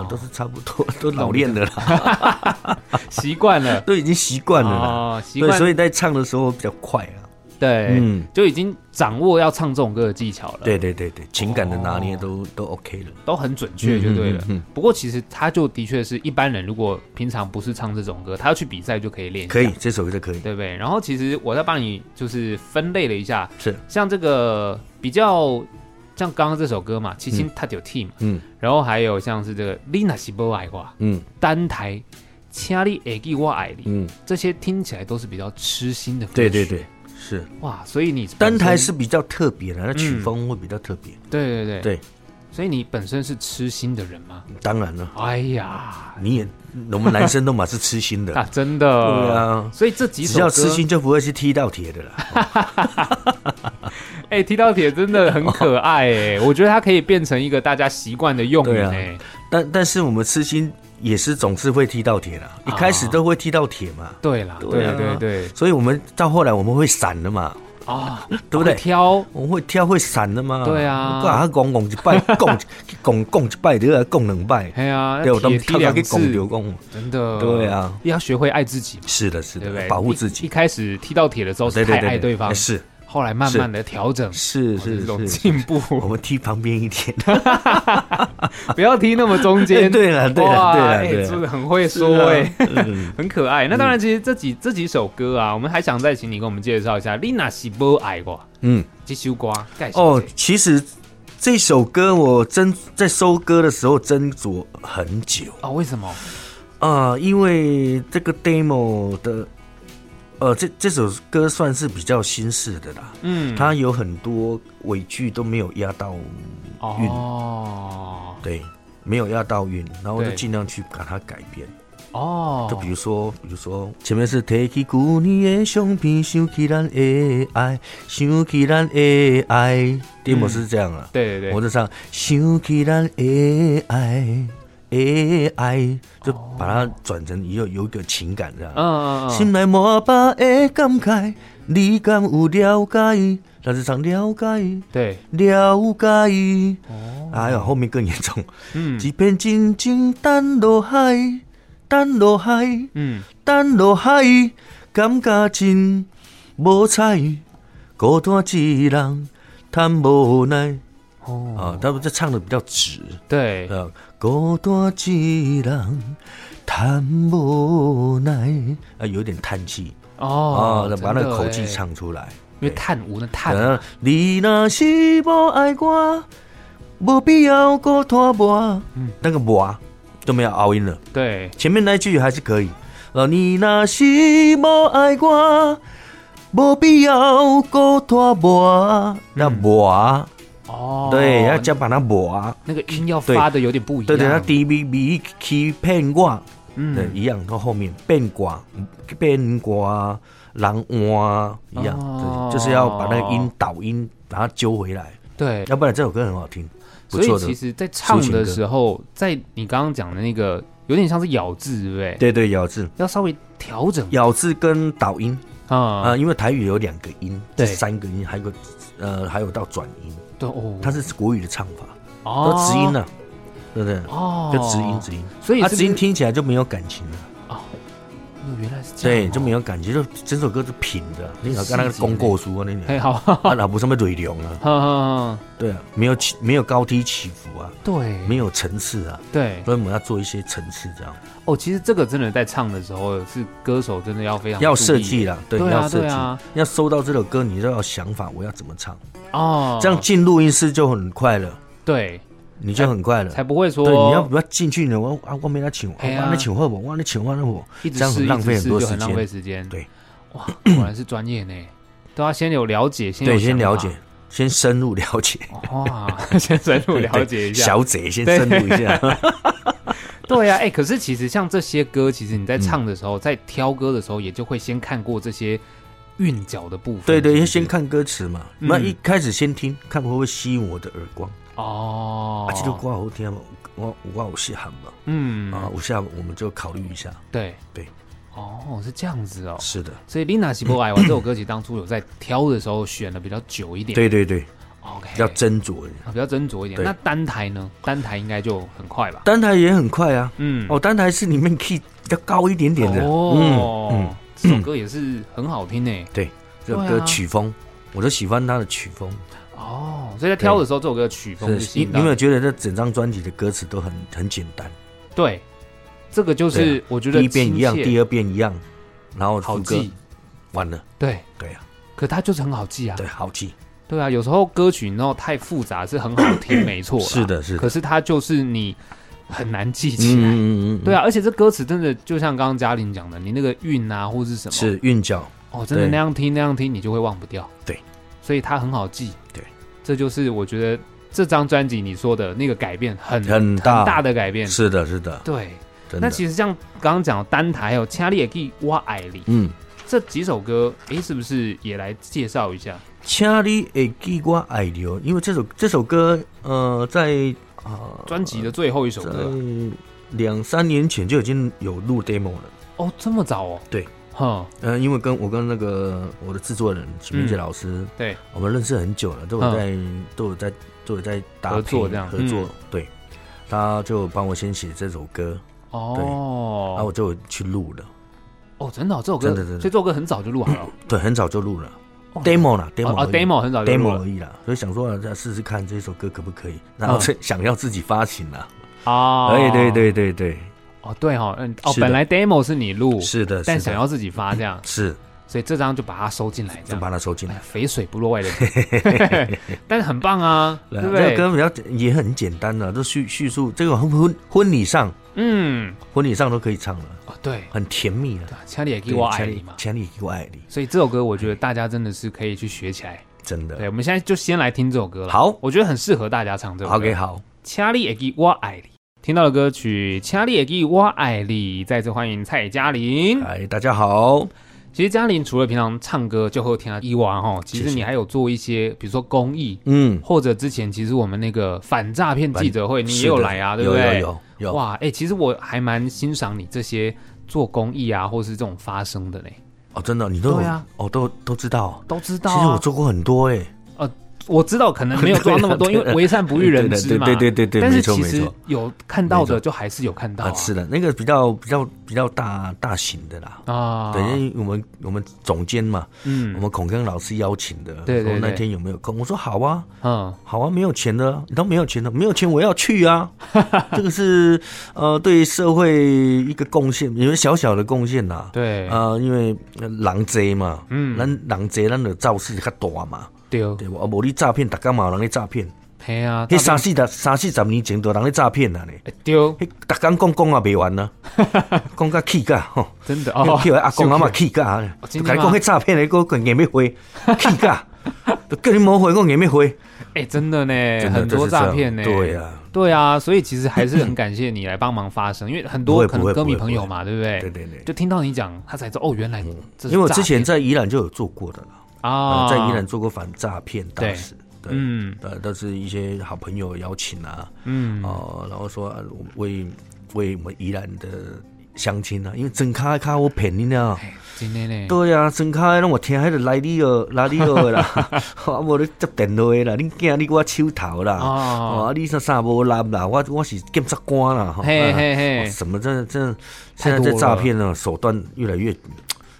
Speaker 1: 啊，
Speaker 2: 都是差不多， 都老练的啦，
Speaker 1: 习惯了，
Speaker 2: 都已经 习惯了啦。
Speaker 1: 哦，习
Speaker 2: 对，
Speaker 1: 惯，
Speaker 2: 所以在唱的时候比较快啊。
Speaker 1: 对，
Speaker 2: 嗯，
Speaker 1: 就已经掌握要唱这种歌的技巧了，，
Speaker 2: 对对对对，情感的拿捏都、都 OK 了。
Speaker 1: 都很准确就对了
Speaker 2: 嗯嗯嗯嗯。
Speaker 1: 不过其实他就的确是一般人，如果平常不是唱这种歌，他要去比赛就可以练，
Speaker 2: 可以，，这首歌可以。
Speaker 1: 对不对？然后其实我再帮你就是分类了一下，
Speaker 2: 是，
Speaker 1: 像这个比较像刚刚这首歌嘛，《七星他有 T》嘛，
Speaker 2: 嗯
Speaker 1: 然后还有像是这个《Lina 西波爱花
Speaker 2: 嗯》
Speaker 1: 单台。请你爱记我爱你，
Speaker 2: 嗯，
Speaker 1: 这些听起来都是比较痴心的歌
Speaker 2: 对对
Speaker 1: 曲，
Speaker 2: 对，是
Speaker 1: 哇！所以你本身
Speaker 2: 单台是比较特别的，那曲
Speaker 1: 嗯
Speaker 2: 风会比较特别。
Speaker 1: 对对对
Speaker 2: 对，嗯
Speaker 1: 所以你本身是痴心的人吗？
Speaker 2: 当然了，
Speaker 1: 哎呀，
Speaker 2: 你也我们男生都嘛是痴心的，
Speaker 1: 啊，真的，
Speaker 2: 对啊
Speaker 1: 所以这几首
Speaker 2: 只
Speaker 1: 歌
Speaker 2: 要痴，心就不会去踢到铁的 啦。
Speaker 1: 哎、踢到铁真的很可爱哎、我觉得它可以变成一个大家习惯的用语
Speaker 2: 哦对啊
Speaker 1: 哎、
Speaker 2: 但但是我们痴心也是总是会踢到铁啦，一开始都会踢到铁嘛，
Speaker 1: 对啦，对
Speaker 2: 对啊
Speaker 1: 对对
Speaker 2: 所以我们到后来我们会闪的嘛，
Speaker 1: 啊，
Speaker 2: 对不
Speaker 1: 会
Speaker 2: 对？
Speaker 1: 挑
Speaker 2: 我们会跳会闪的嘛，
Speaker 1: 对啊
Speaker 2: 干啊，拱拱一拜， 拱拱拱一拜，得拱两拜，
Speaker 1: 哎呀，
Speaker 2: 对，我都
Speaker 1: 铁踢
Speaker 2: 跳下
Speaker 1: 两
Speaker 2: 去拱
Speaker 1: 次
Speaker 2: 丢，拱。
Speaker 1: 真的，
Speaker 2: 对啊，
Speaker 1: 要学会爱自己嘛，
Speaker 2: 是的，是
Speaker 1: 对不
Speaker 2: 的
Speaker 1: 对？，
Speaker 2: 保护
Speaker 1: 一
Speaker 2: 自己
Speaker 1: 一。开始踢到铁的时候是太爱对方，
Speaker 2: 哎是
Speaker 1: 后来慢慢的调整，
Speaker 2: 是
Speaker 1: 哦这
Speaker 2: 是
Speaker 1: 种
Speaker 2: 是，
Speaker 1: 进 步，
Speaker 2: 我们踢旁边一点。
Speaker 1: 不要踢那么中间。
Speaker 2: 哎对了，对了，对
Speaker 1: 哇，
Speaker 2: 了，
Speaker 1: 哎
Speaker 2: 对
Speaker 1: 真
Speaker 2: 了，
Speaker 1: 的很会 说哎、
Speaker 2: 嗯，
Speaker 1: 很可爱。那当然，其实这几、这几首歌啊，我们还想再请你给我们介绍一下《Lina 是不爱过》
Speaker 2: 嗯，
Speaker 1: 这首歌盖
Speaker 2: 哦，其实这首歌我斟在收歌的时候斟酌很久
Speaker 1: 哦，为什么？
Speaker 2: 啊、因为这个 demo 的，呃，这这首歌算是比较新式的啦，
Speaker 1: 嗯，
Speaker 2: 它有很多尾句都没有压到，
Speaker 1: 哦
Speaker 2: 对，没有压到韵，然后就
Speaker 1: 对
Speaker 2: 尽量去把它改变。
Speaker 1: 哦，
Speaker 2: 就比如说，比如说前面是提起旧年的相片，想起咱的爱，想起咱的爱，第幕是这样啊。
Speaker 1: 对对
Speaker 2: 我
Speaker 1: 对，
Speaker 2: 就唱想起咱的爱，的爱，就把它
Speaker 1: 哦
Speaker 2: 转成有有一个情感这样。
Speaker 1: 嗯嗯嗯，
Speaker 2: 心内满把的感慨，你敢有了解？但是唱了解，
Speaker 1: 对，
Speaker 2: 了解。
Speaker 1: 哦，
Speaker 2: 哎呀，后面更严重。
Speaker 1: 嗯
Speaker 2: 一片静静等落海，等落海。
Speaker 1: 嗯，
Speaker 2: 等落海，感觉真无彩，孤单一人，叹无奈。
Speaker 1: 哦，
Speaker 2: 啊，他们这唱的比较直，
Speaker 1: 对，
Speaker 2: 呃，孤单一人，叹无奈，啊，有点叹气
Speaker 1: 哦
Speaker 2: 啊，，把那个口
Speaker 1: 真
Speaker 2: 气
Speaker 1: 的耶，
Speaker 2: 唱出来。
Speaker 1: 因为碳无那碳，
Speaker 2: 呃你若是无爱我，无必要搁拖磨
Speaker 1: 嗯。
Speaker 2: 那个磨就没有拗音了。
Speaker 1: 对，
Speaker 2: 前面那一句还是可以。呃，你若是无爱我，无必要搁拖磨。那磨，
Speaker 1: 嗯哦，
Speaker 2: 对，要加把它磨。
Speaker 1: 那个音要发的有点不一样，
Speaker 2: 对对，那低咪咪欺骗我，对，
Speaker 1: 嗯，
Speaker 2: 一样。到后面变卦，变卦，狼蛙一样，
Speaker 1: 哦
Speaker 2: 对，就是要把那个音导音把它揪回来，
Speaker 1: 对，
Speaker 2: 要不然这首歌很好听，不
Speaker 1: 所以
Speaker 2: 错的
Speaker 1: 其。实，在唱
Speaker 2: 抒情
Speaker 1: 的
Speaker 2: 歌
Speaker 1: 时候，在你刚刚讲的那个，有点像是咬字，对不对？
Speaker 2: 对对，咬字，
Speaker 1: 要稍微调整
Speaker 2: 咬字跟导音
Speaker 1: 啊、
Speaker 2: 啊，因为台语有两个音，
Speaker 1: 对
Speaker 2: 三个音，还有个呃，还有到转音。
Speaker 1: 对哦，
Speaker 2: 它是国语的唱法，
Speaker 1: 哦
Speaker 2: 都直音了、啊对不对？
Speaker 1: 哦，
Speaker 2: 就直音直音，
Speaker 1: 所以
Speaker 2: 它
Speaker 1: 是不
Speaker 2: 直音
Speaker 1: 是
Speaker 2: 听起来就没有感情了。
Speaker 1: 哦原来是这样、
Speaker 2: 对，就没。有感觉，就整首歌是平的。你好，看那个公告书啊，那
Speaker 1: 哎，
Speaker 2: 个
Speaker 1: 好， 哈哈
Speaker 2: 啊，老婆上面蕊流啊，
Speaker 1: 哈，
Speaker 2: 对啊，没有起，没有高低起伏啊，
Speaker 1: 对，
Speaker 2: 没有层次啊，
Speaker 1: 对
Speaker 2: 所以我们要做一些层次，这样
Speaker 1: 哦。其实这个真的在唱的时候，是歌手真的要非常
Speaker 2: 要
Speaker 1: 注意
Speaker 2: 设计啦，对，
Speaker 1: 对啊
Speaker 2: 要设
Speaker 1: 对
Speaker 2: 计
Speaker 1: 啊，
Speaker 2: 要收到这首歌，你就要有想法，我要怎么唱，
Speaker 1: 哦，
Speaker 2: 这样进录音室就很快了，
Speaker 1: 对，
Speaker 2: 你就很快了。
Speaker 1: 才不会说
Speaker 2: 对，你要不要进去呢？我啊，我没来请，
Speaker 1: 哎呀
Speaker 2: 我没请货我，我没请货我。
Speaker 1: 一直
Speaker 2: 这样
Speaker 1: 试
Speaker 2: 很浪费
Speaker 1: 一直试
Speaker 2: 很多
Speaker 1: 就
Speaker 2: 时
Speaker 1: 很
Speaker 2: 间
Speaker 1: 浪费时间。
Speaker 2: 对，
Speaker 1: 哇，果然是专业呢，都要先有了解，先有
Speaker 2: 对，先
Speaker 1: 想
Speaker 2: 了
Speaker 1: 法
Speaker 2: 解，先深入了解，
Speaker 1: 哇，先深入了解一 下。
Speaker 2: 小姐先深入一 下。
Speaker 1: 对 啊，哎、可是其实像这些歌，其实你在唱的时候，在挑歌的时候，也就会先看过这些韵脚的部分。
Speaker 2: 对对，
Speaker 1: 是不
Speaker 2: 要
Speaker 1: 是
Speaker 2: 先看歌词嘛。
Speaker 1: 嗯
Speaker 2: 那一开始先听，看会不会吸引我的耳光。
Speaker 1: 哦
Speaker 2: 啊，，这首歌好听嘛，我我有适合嘛。
Speaker 1: 嗯
Speaker 2: 啊，我下我们就考虑一下。
Speaker 1: 对
Speaker 2: 对，
Speaker 1: 哦，是这样子哦。
Speaker 2: 是的，
Speaker 1: 所以《Lina 希波爱玩》这首歌，其实当初有在挑的时候选的比较久一点。
Speaker 2: 对对对，
Speaker 1: ，OK，
Speaker 2: 要斟酌。
Speaker 1: 啊比较斟酌一点。
Speaker 2: 对
Speaker 1: 那单台呢？单台应该就很快吧？
Speaker 2: 单台也很快啊。
Speaker 1: 嗯，
Speaker 2: 哦，单台是里面 key 比较高一点点的。
Speaker 1: 哦，
Speaker 2: 嗯嗯，
Speaker 1: 这首歌也是很好听呢。
Speaker 2: 这首
Speaker 1: 对
Speaker 2: 歌
Speaker 1: 啊
Speaker 2: 曲风，我都喜欢它的曲风。
Speaker 1: 哦，所以在挑的时候，这首歌的曲风是
Speaker 2: 是，
Speaker 1: 吸
Speaker 2: 你
Speaker 1: 引
Speaker 2: 你有
Speaker 1: 到
Speaker 2: 没
Speaker 1: 你
Speaker 2: 有觉得这整张专辑的歌词都很很简单？
Speaker 1: 对，这个就是我觉得
Speaker 2: 第一遍一样，第
Speaker 1: 二
Speaker 2: 二遍一样，然后
Speaker 1: 好
Speaker 2: 副歌
Speaker 1: 记，
Speaker 2: 完了，
Speaker 1: 对，
Speaker 2: 对啊，
Speaker 1: 可它就是很好记啊
Speaker 2: 对，。好记，
Speaker 1: 对啊，有时候歌曲然后太复杂是很好 听，没错，
Speaker 2: 是。的，是的
Speaker 1: 啊可，是它就是你很难记起来。
Speaker 2: 嗯嗯嗯，
Speaker 1: 对
Speaker 2: 啊，
Speaker 1: 啊，而且这歌词真的就像刚刚嘉玲讲的，你那个韵啊，或是什么，
Speaker 2: 是韵脚，
Speaker 1: 哦，真的
Speaker 2: 对
Speaker 1: 那样听那样听，你就会忘不掉。
Speaker 2: 对，
Speaker 1: 所以它很好记。
Speaker 2: 对，
Speaker 1: 这就是我觉得这张专辑你说的那个改变很
Speaker 2: 很大
Speaker 1: 大的改变。
Speaker 2: 是的，是的，
Speaker 1: 对，
Speaker 2: 真
Speaker 1: 那
Speaker 2: 的，
Speaker 1: 其实像刚刚讲的单台还有《掐力也可以挖爱里》
Speaker 2: 嗯，
Speaker 1: 这几首歌，诶，是不是也来介绍一下？
Speaker 2: 请你会记我爱你哦，因为这首这首歌，呃，在呃
Speaker 1: 专辑的最后一首
Speaker 2: 在
Speaker 1: 歌
Speaker 2: 两三年前就已经有录 demo 了。
Speaker 1: 哦，这么早哦？
Speaker 2: 对，
Speaker 1: 哼，
Speaker 2: 嗯，因为跟我跟那个我的制作人许明杰
Speaker 1: 嗯
Speaker 2: 老师，
Speaker 1: 对，
Speaker 2: 我们认识很久了，都有在、都有在都有在搭配
Speaker 1: 合作这样
Speaker 2: 合作
Speaker 1: 嗯
Speaker 2: 对，他就帮我先写这首歌，然后
Speaker 1: 哦
Speaker 2: 啊我，就去录了，
Speaker 1: 哦，真的哦、这首歌，
Speaker 2: 真的真
Speaker 1: 所
Speaker 2: 的
Speaker 1: 以这首歌很早就录好了
Speaker 2: 对，很早就录了、
Speaker 1: 哦
Speaker 2: demo 啦，demo
Speaker 1: 哦哦
Speaker 2: 而已
Speaker 1: ，demo 很早就录
Speaker 2: demo 而
Speaker 1: 了
Speaker 2: 已啦，所以想说啊再试试看这首歌可不可以，然后
Speaker 1: 嗯
Speaker 2: 再想要自己发行啦，
Speaker 1: 啊
Speaker 2: 哎、对，对对对，
Speaker 1: 哦对哈、哦，嗯，哦，
Speaker 2: 是的
Speaker 1: 本来 demo 是你录，
Speaker 2: 是的，
Speaker 1: 但
Speaker 2: 是的
Speaker 1: 想要自己发这 样，
Speaker 2: 是
Speaker 1: 所以这张就把它收进来，这
Speaker 2: 就
Speaker 1: 样
Speaker 2: 把它收进
Speaker 1: 哎
Speaker 2: 来
Speaker 1: 呀，。肥水不落外人 田，但是很棒啊，对不
Speaker 2: 这
Speaker 1: 对？
Speaker 2: 个歌比较也很简单的，都叙叙述这个婚婚礼上
Speaker 1: 嗯，
Speaker 2: 婚礼上都可以唱了，
Speaker 1: 哦对，
Speaker 2: 很甜蜜的。
Speaker 1: 家里也给我爱你嘛。
Speaker 2: 千里给我爱你，
Speaker 1: 所以这首歌我觉得大家真的是可以去学起来。
Speaker 2: 真的
Speaker 1: 对，。我们现在就先来听这首歌了。
Speaker 2: 好
Speaker 1: 我觉得很适合大家唱这首歌。
Speaker 2: ，OK，好，
Speaker 1: 掐力也给我爱你。听到的歌曲《掐力也给我爱你》，再次欢迎蔡嘉玲。
Speaker 2: 哎，大家好，
Speaker 1: 其实嘉玲除了平常唱歌就会听她以外哈，其实
Speaker 2: 谢谢
Speaker 1: 你还有做一些，比如说公益，
Speaker 2: 嗯，
Speaker 1: 或者之前其实我们那个反诈骗记者会，你也
Speaker 2: 是
Speaker 1: 有
Speaker 2: 的
Speaker 1: 来啊，对
Speaker 2: 有
Speaker 1: 不对？
Speaker 2: 有有有，
Speaker 1: 哇，哎、其实我还蛮欣赏你这些做公益啊，或是这种发声的嘞，
Speaker 2: 哦，真的，你都有
Speaker 1: 对啊
Speaker 2: 哦，都都知道。
Speaker 1: 都知道、
Speaker 2: 其
Speaker 1: 啊。
Speaker 2: 实我做过很多哎，
Speaker 1: 我知道可能没有抓那么多，因
Speaker 2: 对啊
Speaker 1: 为为善不欲
Speaker 2: 对
Speaker 1: 人
Speaker 2: 的
Speaker 1: 知嘛。
Speaker 2: 对对对对，
Speaker 1: 但是
Speaker 2: 没错
Speaker 1: 其
Speaker 2: 没
Speaker 1: 实哦
Speaker 2: 错，
Speaker 1: 有看到的
Speaker 2: 没
Speaker 1: 就还是有看到
Speaker 2: 啊，是的，那个比较比较比较大大型的啦。
Speaker 1: 啊。
Speaker 2: 对，因为我们我们总监嘛，我
Speaker 1: 嗯
Speaker 2: 们孔庚老师邀请的，
Speaker 1: 对对
Speaker 2: 说那
Speaker 1: 对
Speaker 2: 天有没有空？我说好啊，
Speaker 1: 嗯，
Speaker 2: 好啊，没有钱的，你都没有钱的，没有钱我要去 啊！这个是呃，对社会一个贡献，有小小的贡献呐、
Speaker 1: 对，
Speaker 2: 啊，因为呃人多嘛，
Speaker 1: 嗯
Speaker 2: 咱人多，咱的肇事较大嘛，
Speaker 1: 对，
Speaker 2: 对无？啊，无你诈骗，大家嘛有人咧诈骗，
Speaker 1: 嘿啊，诈
Speaker 2: 迄三四十、三四十年前都有人咧诈骗啊咧，
Speaker 1: 骗对，
Speaker 2: 迄逐工讲讲也未 完啊，讲到气噶吼，
Speaker 1: 真的哦
Speaker 2: 迄，叫阿公阿妈
Speaker 1: 是
Speaker 2: 气噶，
Speaker 1: 哦真
Speaker 2: 就
Speaker 1: 的
Speaker 2: 甲你
Speaker 1: 吗
Speaker 2: 讲迄诈骗的，佫佫硬要回， 气噶，就叫你莫回，我硬要回，
Speaker 1: 哎、真的呢，
Speaker 2: 真的
Speaker 1: 很
Speaker 2: 就
Speaker 1: 多
Speaker 2: 是这样
Speaker 1: 诈骗呢，
Speaker 2: 对啊。
Speaker 1: 对啊，所以其实还是很感谢你来帮忙发声，因为很
Speaker 2: 不
Speaker 1: 多
Speaker 2: 会
Speaker 1: 可
Speaker 2: 不
Speaker 1: 能
Speaker 2: 会
Speaker 1: 歌迷
Speaker 2: 不会
Speaker 1: 朋友嘛，对不对？
Speaker 2: 对对对，嗯
Speaker 1: 就听到你讲，他才知道哦，原来这是
Speaker 2: 因为我之
Speaker 1: 诈骗
Speaker 2: 前在宜兰就有做过的啦，
Speaker 1: 啊，
Speaker 2: 呃在宜兰做过反诈骗大使，对，
Speaker 1: 嗯
Speaker 2: 呃，都是一些好朋友邀请啊，
Speaker 1: 嗯，
Speaker 2: 哦，然后说啊我为为我们宜兰的相亲啊，因为真卡卡我骗你了。
Speaker 1: 哎真的呢，
Speaker 2: 对啊，真卡让我听迄个来你哦，来你哦的啦， 啊，无你接电话啦，恁囝你我手头啦，
Speaker 1: 哦
Speaker 2: 哦，啊，你啥啥无揽啦，我我是检察官啦，吼
Speaker 1: 嘿
Speaker 2: 啊
Speaker 1: 嘿嘿
Speaker 2: 哦什么这这
Speaker 1: 太
Speaker 2: 现在
Speaker 1: 多
Speaker 2: 这
Speaker 1: 了
Speaker 2: 诈骗呢手段越来越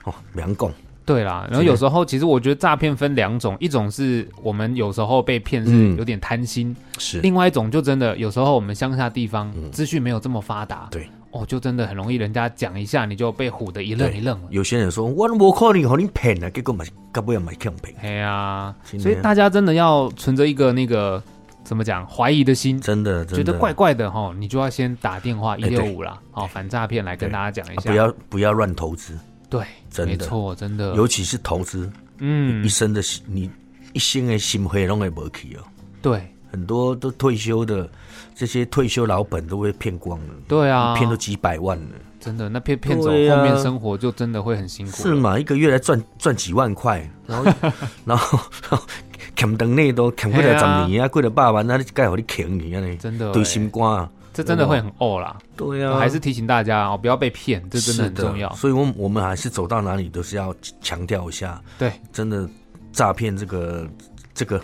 Speaker 2: 哦，两讲。
Speaker 1: 对啦，然后有时候其实我觉得诈骗分两种，一种是我们有时候被骗是
Speaker 2: 嗯
Speaker 1: 有点贪心，
Speaker 2: 是
Speaker 1: 另外一种就真的有时候我们乡下地方
Speaker 2: 嗯
Speaker 1: 资讯没有这么发达，
Speaker 2: 对，
Speaker 1: 哦，就真的很容易人家讲一下你就被唬得一愣
Speaker 2: 对
Speaker 1: 一愣了。
Speaker 2: 有些人说我都无可能和你骗啊，结果嘛，到尾也买骗骗，
Speaker 1: 哎呀，
Speaker 2: 真的
Speaker 1: 所以大家真的要存着一个那个怎么讲怀疑的心，
Speaker 2: 真的真
Speaker 1: 觉
Speaker 2: 的
Speaker 1: 得怪怪的哈，你就要先打电话一
Speaker 2: 哎
Speaker 1: 六
Speaker 2: 对
Speaker 1: 五啦，哦，反诈骗来跟
Speaker 2: 对
Speaker 1: 大家讲一
Speaker 2: 啊
Speaker 1: 下，
Speaker 2: 不要不要乱投资，
Speaker 1: 对，
Speaker 2: 真的
Speaker 1: 没错，真的，
Speaker 2: 尤其是投资，
Speaker 1: 嗯
Speaker 2: 一，生的心你一生的心灰拢会无去哦。
Speaker 1: 对
Speaker 2: 很多都退休的，这些退休老本都被骗光了，
Speaker 1: 对啊，
Speaker 2: 骗、都几百万了，
Speaker 1: 真的那骗骗走后
Speaker 2: 对啊
Speaker 1: 面生活就真的会很辛苦
Speaker 2: 是
Speaker 1: 了，
Speaker 2: 嘛？一个月来赚赚几万块，然 后然后 然后欠等内都欠过来十年啊，过了百万，那你该互你欠你啊呢？
Speaker 1: 真的
Speaker 2: 对
Speaker 1: 欸
Speaker 2: 心肝啊，
Speaker 1: 这真的会很呕啦。
Speaker 2: 对啊
Speaker 1: 我还是提醒大家哦，不要被骗，这真的
Speaker 2: 是
Speaker 1: 很重要。
Speaker 2: 所以我们我们还是走到哪里都是要强调一下，
Speaker 1: 对，
Speaker 2: 真的诈骗这个这个。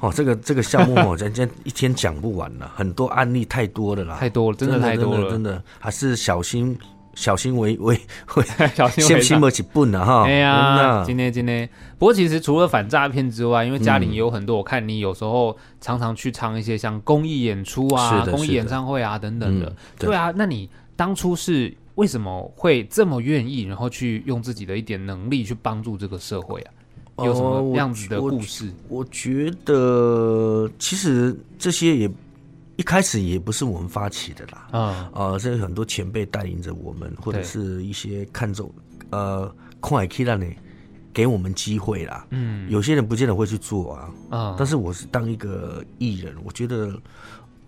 Speaker 2: 哦，这个这个项目 哦，人家一天讲不完了，很多案例太多了啦，
Speaker 1: 太多了，真的太多了
Speaker 2: 真，的还是小心小心为 为 为，
Speaker 1: 小心
Speaker 2: 先
Speaker 1: 为
Speaker 2: 心
Speaker 1: 上。
Speaker 2: 不起笨了哈。
Speaker 1: 哎呀，
Speaker 2: 哦真的啊
Speaker 1: 今天今天，不过其实除了反诈骗之外，因为嘉玲也有很多，我看你有时候常常去唱一些像公益演出啊
Speaker 2: 是、的
Speaker 1: 公益
Speaker 2: 是的
Speaker 1: 演唱会啊等等的
Speaker 2: 嗯。对
Speaker 1: 对啊，那你当初是为什么会这么愿意，然后去用自己的一点能力去帮助这个社会啊？有什
Speaker 2: 哦
Speaker 1: 么
Speaker 2: 我
Speaker 1: 样子的
Speaker 2: 我
Speaker 1: 故事？
Speaker 2: 我觉得其实这些也一开始也不是我们发起的啦，
Speaker 1: 嗯，
Speaker 2: 呃，这有很多前辈带领着我们，或者
Speaker 1: 对
Speaker 2: 是一些看重呃快 K 让你给我们机会啦。
Speaker 1: 嗯
Speaker 2: 有些人不见得会去做啊，
Speaker 1: 嗯，
Speaker 2: 但是我是当一个艺人，我觉得，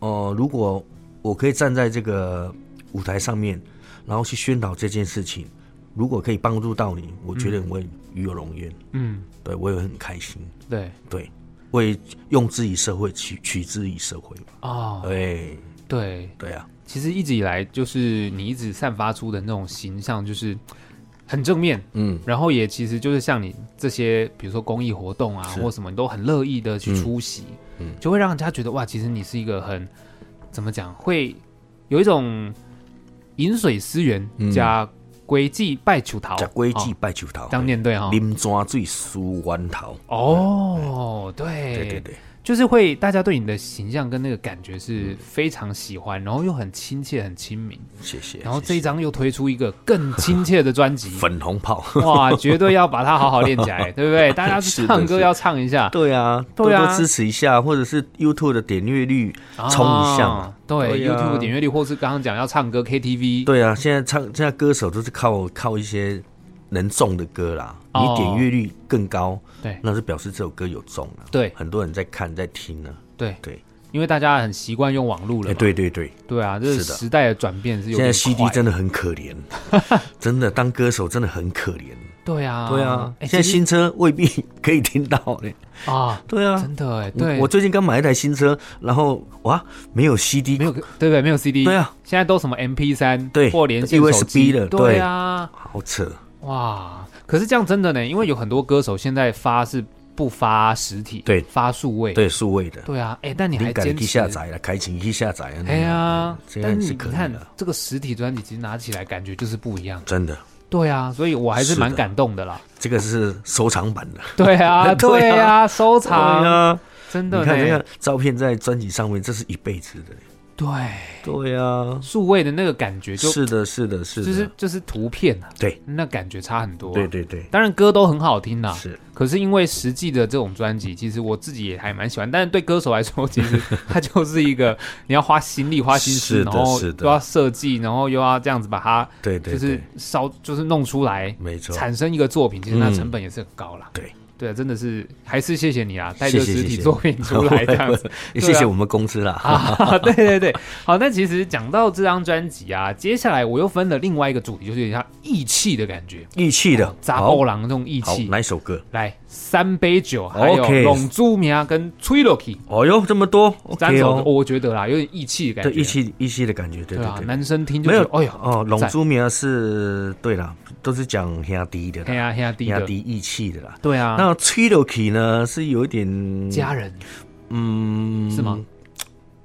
Speaker 2: 呃，如果我可以站在这个舞台上面，然后去宣导这件事情，如果可以帮助到你，我觉得我也与有荣焉，
Speaker 1: 嗯，
Speaker 2: 对我也会很开心，
Speaker 1: 对
Speaker 2: 对，会用之于社会，取取之于社会吧，
Speaker 1: 哦，
Speaker 2: 对，
Speaker 1: 对，
Speaker 2: 对啊，
Speaker 1: 其实一直以来就是你一直散发出的那种形象，就是很正面，
Speaker 2: 嗯，
Speaker 1: 然后也其实就是像你这些，比如说公益活动啊
Speaker 2: 是
Speaker 1: 或什么，你都很乐意的去出席，
Speaker 2: 嗯嗯
Speaker 1: 就会让人家觉得哇，其实你是一个很怎么讲，会有一种饮水思源
Speaker 2: 嗯
Speaker 1: 加诡计拜求桃，
Speaker 2: 假规矩
Speaker 1: 哦
Speaker 2: 拜求桃，
Speaker 1: 这样念对哈、哦。
Speaker 2: 啉山水思源头，
Speaker 1: 哦，对
Speaker 2: 对对对，
Speaker 1: 就是会大家对你的形象跟那个感觉是
Speaker 2: 嗯
Speaker 1: 非常喜欢，然后又很亲切、很亲民。
Speaker 2: 谢谢。
Speaker 1: 然后
Speaker 2: 谢
Speaker 1: 这
Speaker 2: 谢，
Speaker 1: 一张又推出一个更亲切的专辑
Speaker 2: 粉红炮，
Speaker 1: 哇，绝对要把它好好练起 来，对不对？大家
Speaker 2: 是的
Speaker 1: 唱
Speaker 2: 是
Speaker 1: 歌
Speaker 2: 的
Speaker 1: 要唱一下，
Speaker 2: 对啊，
Speaker 1: 对啊
Speaker 2: 多多支持一下，或者是 YouTube 的点阅率冲一下嘛
Speaker 1: 啊。对
Speaker 2: 对啊
Speaker 1: YouTube 点阅率，或是刚刚讲要唱歌 KTV，
Speaker 2: 对啊，现在唱现在歌手都是靠靠一些能中的歌啦，
Speaker 1: 哦
Speaker 2: 你点阅率更高，
Speaker 1: 对
Speaker 2: 那是表示这首歌有中啊。
Speaker 1: 对
Speaker 2: 很多人在看在听呢、
Speaker 1: 对
Speaker 2: 对，
Speaker 1: 因为大家很习惯用网络
Speaker 2: 哎、
Speaker 1: 了嘛，
Speaker 2: 对对对，
Speaker 1: 对啊，这
Speaker 2: 是的
Speaker 1: 时代的转变是有
Speaker 2: 现在
Speaker 1: 点
Speaker 2: CD
Speaker 1: 快
Speaker 2: 真的很可怜， 真的当歌手真的很可怜。
Speaker 1: 对啊，
Speaker 2: 对啊，
Speaker 1: 哎，
Speaker 2: 现在
Speaker 1: 其实
Speaker 2: 新车未必可以听到嘞、
Speaker 1: 啊，
Speaker 2: 对啊，
Speaker 1: 真的哎，
Speaker 2: 我
Speaker 1: 对，
Speaker 2: 我最近刚买一台新车，然后哇，没有 CD，
Speaker 1: 没有对不对？没有 CD，
Speaker 2: 对啊，
Speaker 1: 现在都什么 MP 三
Speaker 2: 对
Speaker 1: 或连线手
Speaker 2: USB
Speaker 1: 机
Speaker 2: 了对
Speaker 1: 对啊，
Speaker 2: 好扯。
Speaker 1: 哇！可是这样真的呢，因为有很多歌手现在发是不发实体，
Speaker 2: 对
Speaker 1: 发数位，
Speaker 2: 对，数位的，
Speaker 1: 对啊，哎、但你还
Speaker 2: 灵感
Speaker 1: 坚
Speaker 2: 去
Speaker 1: 持
Speaker 2: 下载了，开琴去下载啊了。
Speaker 1: 哎呀，
Speaker 2: 嗯这
Speaker 1: 但
Speaker 2: 样
Speaker 1: 你
Speaker 2: 是
Speaker 1: 你
Speaker 2: 可以
Speaker 1: 看
Speaker 2: 的，
Speaker 1: 这个实体专辑，其实拿起来感觉就是不一样。
Speaker 2: 真的，
Speaker 1: 对啊，所以我还是
Speaker 2: 是的
Speaker 1: 蛮感动的啦。
Speaker 2: 这个是收藏版的。
Speaker 1: 对啊，对
Speaker 2: 对啊
Speaker 1: 啊，收 藏，
Speaker 2: 呀，
Speaker 1: 真
Speaker 2: 你
Speaker 1: 的
Speaker 2: 看这
Speaker 1: 呢
Speaker 2: 个。照片在专辑上面，这是一辈子的。
Speaker 1: 对，
Speaker 2: 对呀，
Speaker 1: 数位的那个感觉就是
Speaker 2: 的，是的，是
Speaker 1: 就
Speaker 2: 的
Speaker 1: 是，就是图片啊，
Speaker 2: 对，
Speaker 1: 那感觉差很多、啊
Speaker 2: 对，对对，
Speaker 1: 当然歌都很好听啦、啊
Speaker 2: 是
Speaker 1: 可是因为实际的这种专辑，其实我自己也还蛮喜欢，但是对歌手来说，其 实它就是一个你要花心力、花心思，
Speaker 2: 是的
Speaker 1: 然后
Speaker 2: 是的
Speaker 1: 又要设计，然后又要这样子把它
Speaker 2: 对
Speaker 1: 就
Speaker 2: 对
Speaker 1: 是
Speaker 2: 对，
Speaker 1: 烧，就是弄出来，
Speaker 2: 没错，
Speaker 1: 产生一个作品，其实那
Speaker 2: 嗯
Speaker 1: 成本也是很高啦。
Speaker 2: 对
Speaker 1: 对，啊真的是还是谢谢你啊，带着
Speaker 2: 嗯谢谢
Speaker 1: 实体
Speaker 2: 谢谢
Speaker 1: 作品出来 这样子。
Speaker 2: 也谢谢我们公司啦。
Speaker 1: 啊，对对对，好，那其实讲到这张专辑啊，接下来我又分了另外一个主题，就是有点像义气的感觉，
Speaker 2: 义气的，
Speaker 1: 杂
Speaker 2: 好
Speaker 1: 波郎那种义
Speaker 2: 好
Speaker 1: 气。
Speaker 2: 哪一首歌？
Speaker 1: 来，三杯酒，还有
Speaker 2: OK
Speaker 1: 龙珠苗跟吹洛奇
Speaker 2: 哦哟，这么多
Speaker 1: 三
Speaker 2: ，OK
Speaker 1: 首，
Speaker 2: 哦，
Speaker 1: 我觉得啦，有点义气的感
Speaker 2: 对，
Speaker 1: 觉，
Speaker 2: 义气义气的感觉，对
Speaker 1: 对啊，
Speaker 2: 对对。
Speaker 1: 男生听就
Speaker 2: 没有
Speaker 1: 觉得，哎呦，
Speaker 2: 哦，龙
Speaker 1: 赞
Speaker 2: 珠苗是对啦，都是讲兄弟的
Speaker 1: 黑呀
Speaker 2: 啦，
Speaker 1: 黑呀低
Speaker 2: 兄
Speaker 1: 的，
Speaker 2: 弟义气的啦。
Speaker 1: 对啊，
Speaker 2: 那 t r i l o k y 呢是有一点
Speaker 1: 家人
Speaker 2: 嗯，
Speaker 1: 是吗？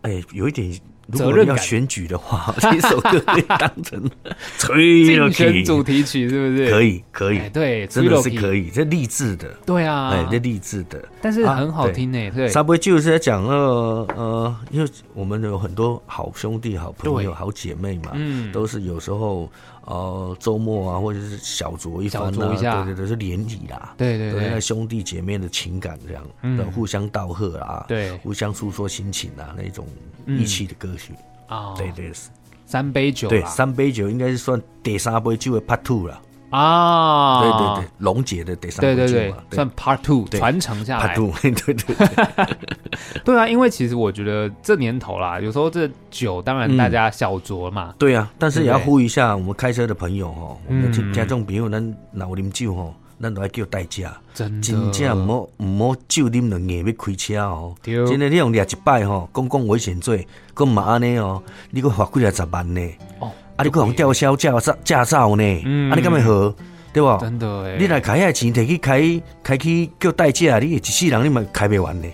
Speaker 2: 哎，有一点。如
Speaker 1: 责
Speaker 2: 果
Speaker 1: 任
Speaker 2: 要
Speaker 1: 感
Speaker 2: 选举 的话，这首歌可以当成 t r i l o
Speaker 1: 竞
Speaker 2: k
Speaker 1: 选
Speaker 2: y
Speaker 1: 主题曲是不是？
Speaker 2: 可
Speaker 1: 以，
Speaker 2: 以可以
Speaker 1: 哎，，对，
Speaker 2: 真的是
Speaker 1: Trilogy
Speaker 2: 可以，这励志的，
Speaker 1: 对啊
Speaker 2: 哎，，这励志的。
Speaker 1: 但是
Speaker 2: 啊
Speaker 1: 很好
Speaker 2: 对
Speaker 1: 听呢，对，
Speaker 2: Subway 就是在讲呃呃，因为我们有很多好兄弟、好朋友、
Speaker 1: 对
Speaker 2: 好姐妹嘛，
Speaker 1: 嗯，
Speaker 2: 都是有时候呃周末啊，或者是小酌一番
Speaker 1: 小
Speaker 2: 啊，
Speaker 1: 酌一下
Speaker 2: 对对对，是联谊啦，
Speaker 1: 对对
Speaker 2: 对
Speaker 1: 对
Speaker 2: 那兄弟姐妹的情感这样，
Speaker 1: 嗯
Speaker 2: 对互相道贺啊，，
Speaker 1: 对
Speaker 2: 互相诉说心情啊，那种
Speaker 1: 嗯
Speaker 2: 义气的歌曲，
Speaker 1: 啊，
Speaker 2: 对对
Speaker 1: 三杯酒啊
Speaker 2: 对，
Speaker 1: 啦
Speaker 2: 三杯酒应该是算第三杯酒的 Part Two 啦，
Speaker 1: 啊，
Speaker 2: 对对对，龙姐的第三
Speaker 1: 对
Speaker 2: 杯
Speaker 1: 对
Speaker 2: 酒
Speaker 1: 对
Speaker 2: 嘛，，
Speaker 1: 算 Part Two
Speaker 2: 对
Speaker 1: 传承下
Speaker 2: Part
Speaker 1: 来。
Speaker 2: Two，对 对对，
Speaker 1: 对啊，因为其实我觉得这年头啦，有时候这酒当然
Speaker 2: 嗯
Speaker 1: 大家小酌嘛，
Speaker 2: 对啊，但是也要
Speaker 1: 对不对
Speaker 2: 呼吁一下我们开车的朋友哦，我们的
Speaker 1: 嗯
Speaker 2: 听听众朋友，咱老啉酒吼，咱都要叫代驾，
Speaker 1: 真的嗯
Speaker 2: 真正
Speaker 1: 对
Speaker 2: 唔好唔好酒啉两硬要开车哦。
Speaker 1: 对
Speaker 2: 真的你用掠一摆吼，公共危险罪，佮嘛安尼哦，你佮罚几啊十万呢？
Speaker 1: 哦，
Speaker 2: 啊，你佮用吊销驾照驾照呢？
Speaker 1: 嗯
Speaker 2: 啊，你敢会好？对不？
Speaker 1: 真的哎，
Speaker 2: 哦你来开遐钱摕去开开去叫代驾，你一世人你嘛开袂完呢？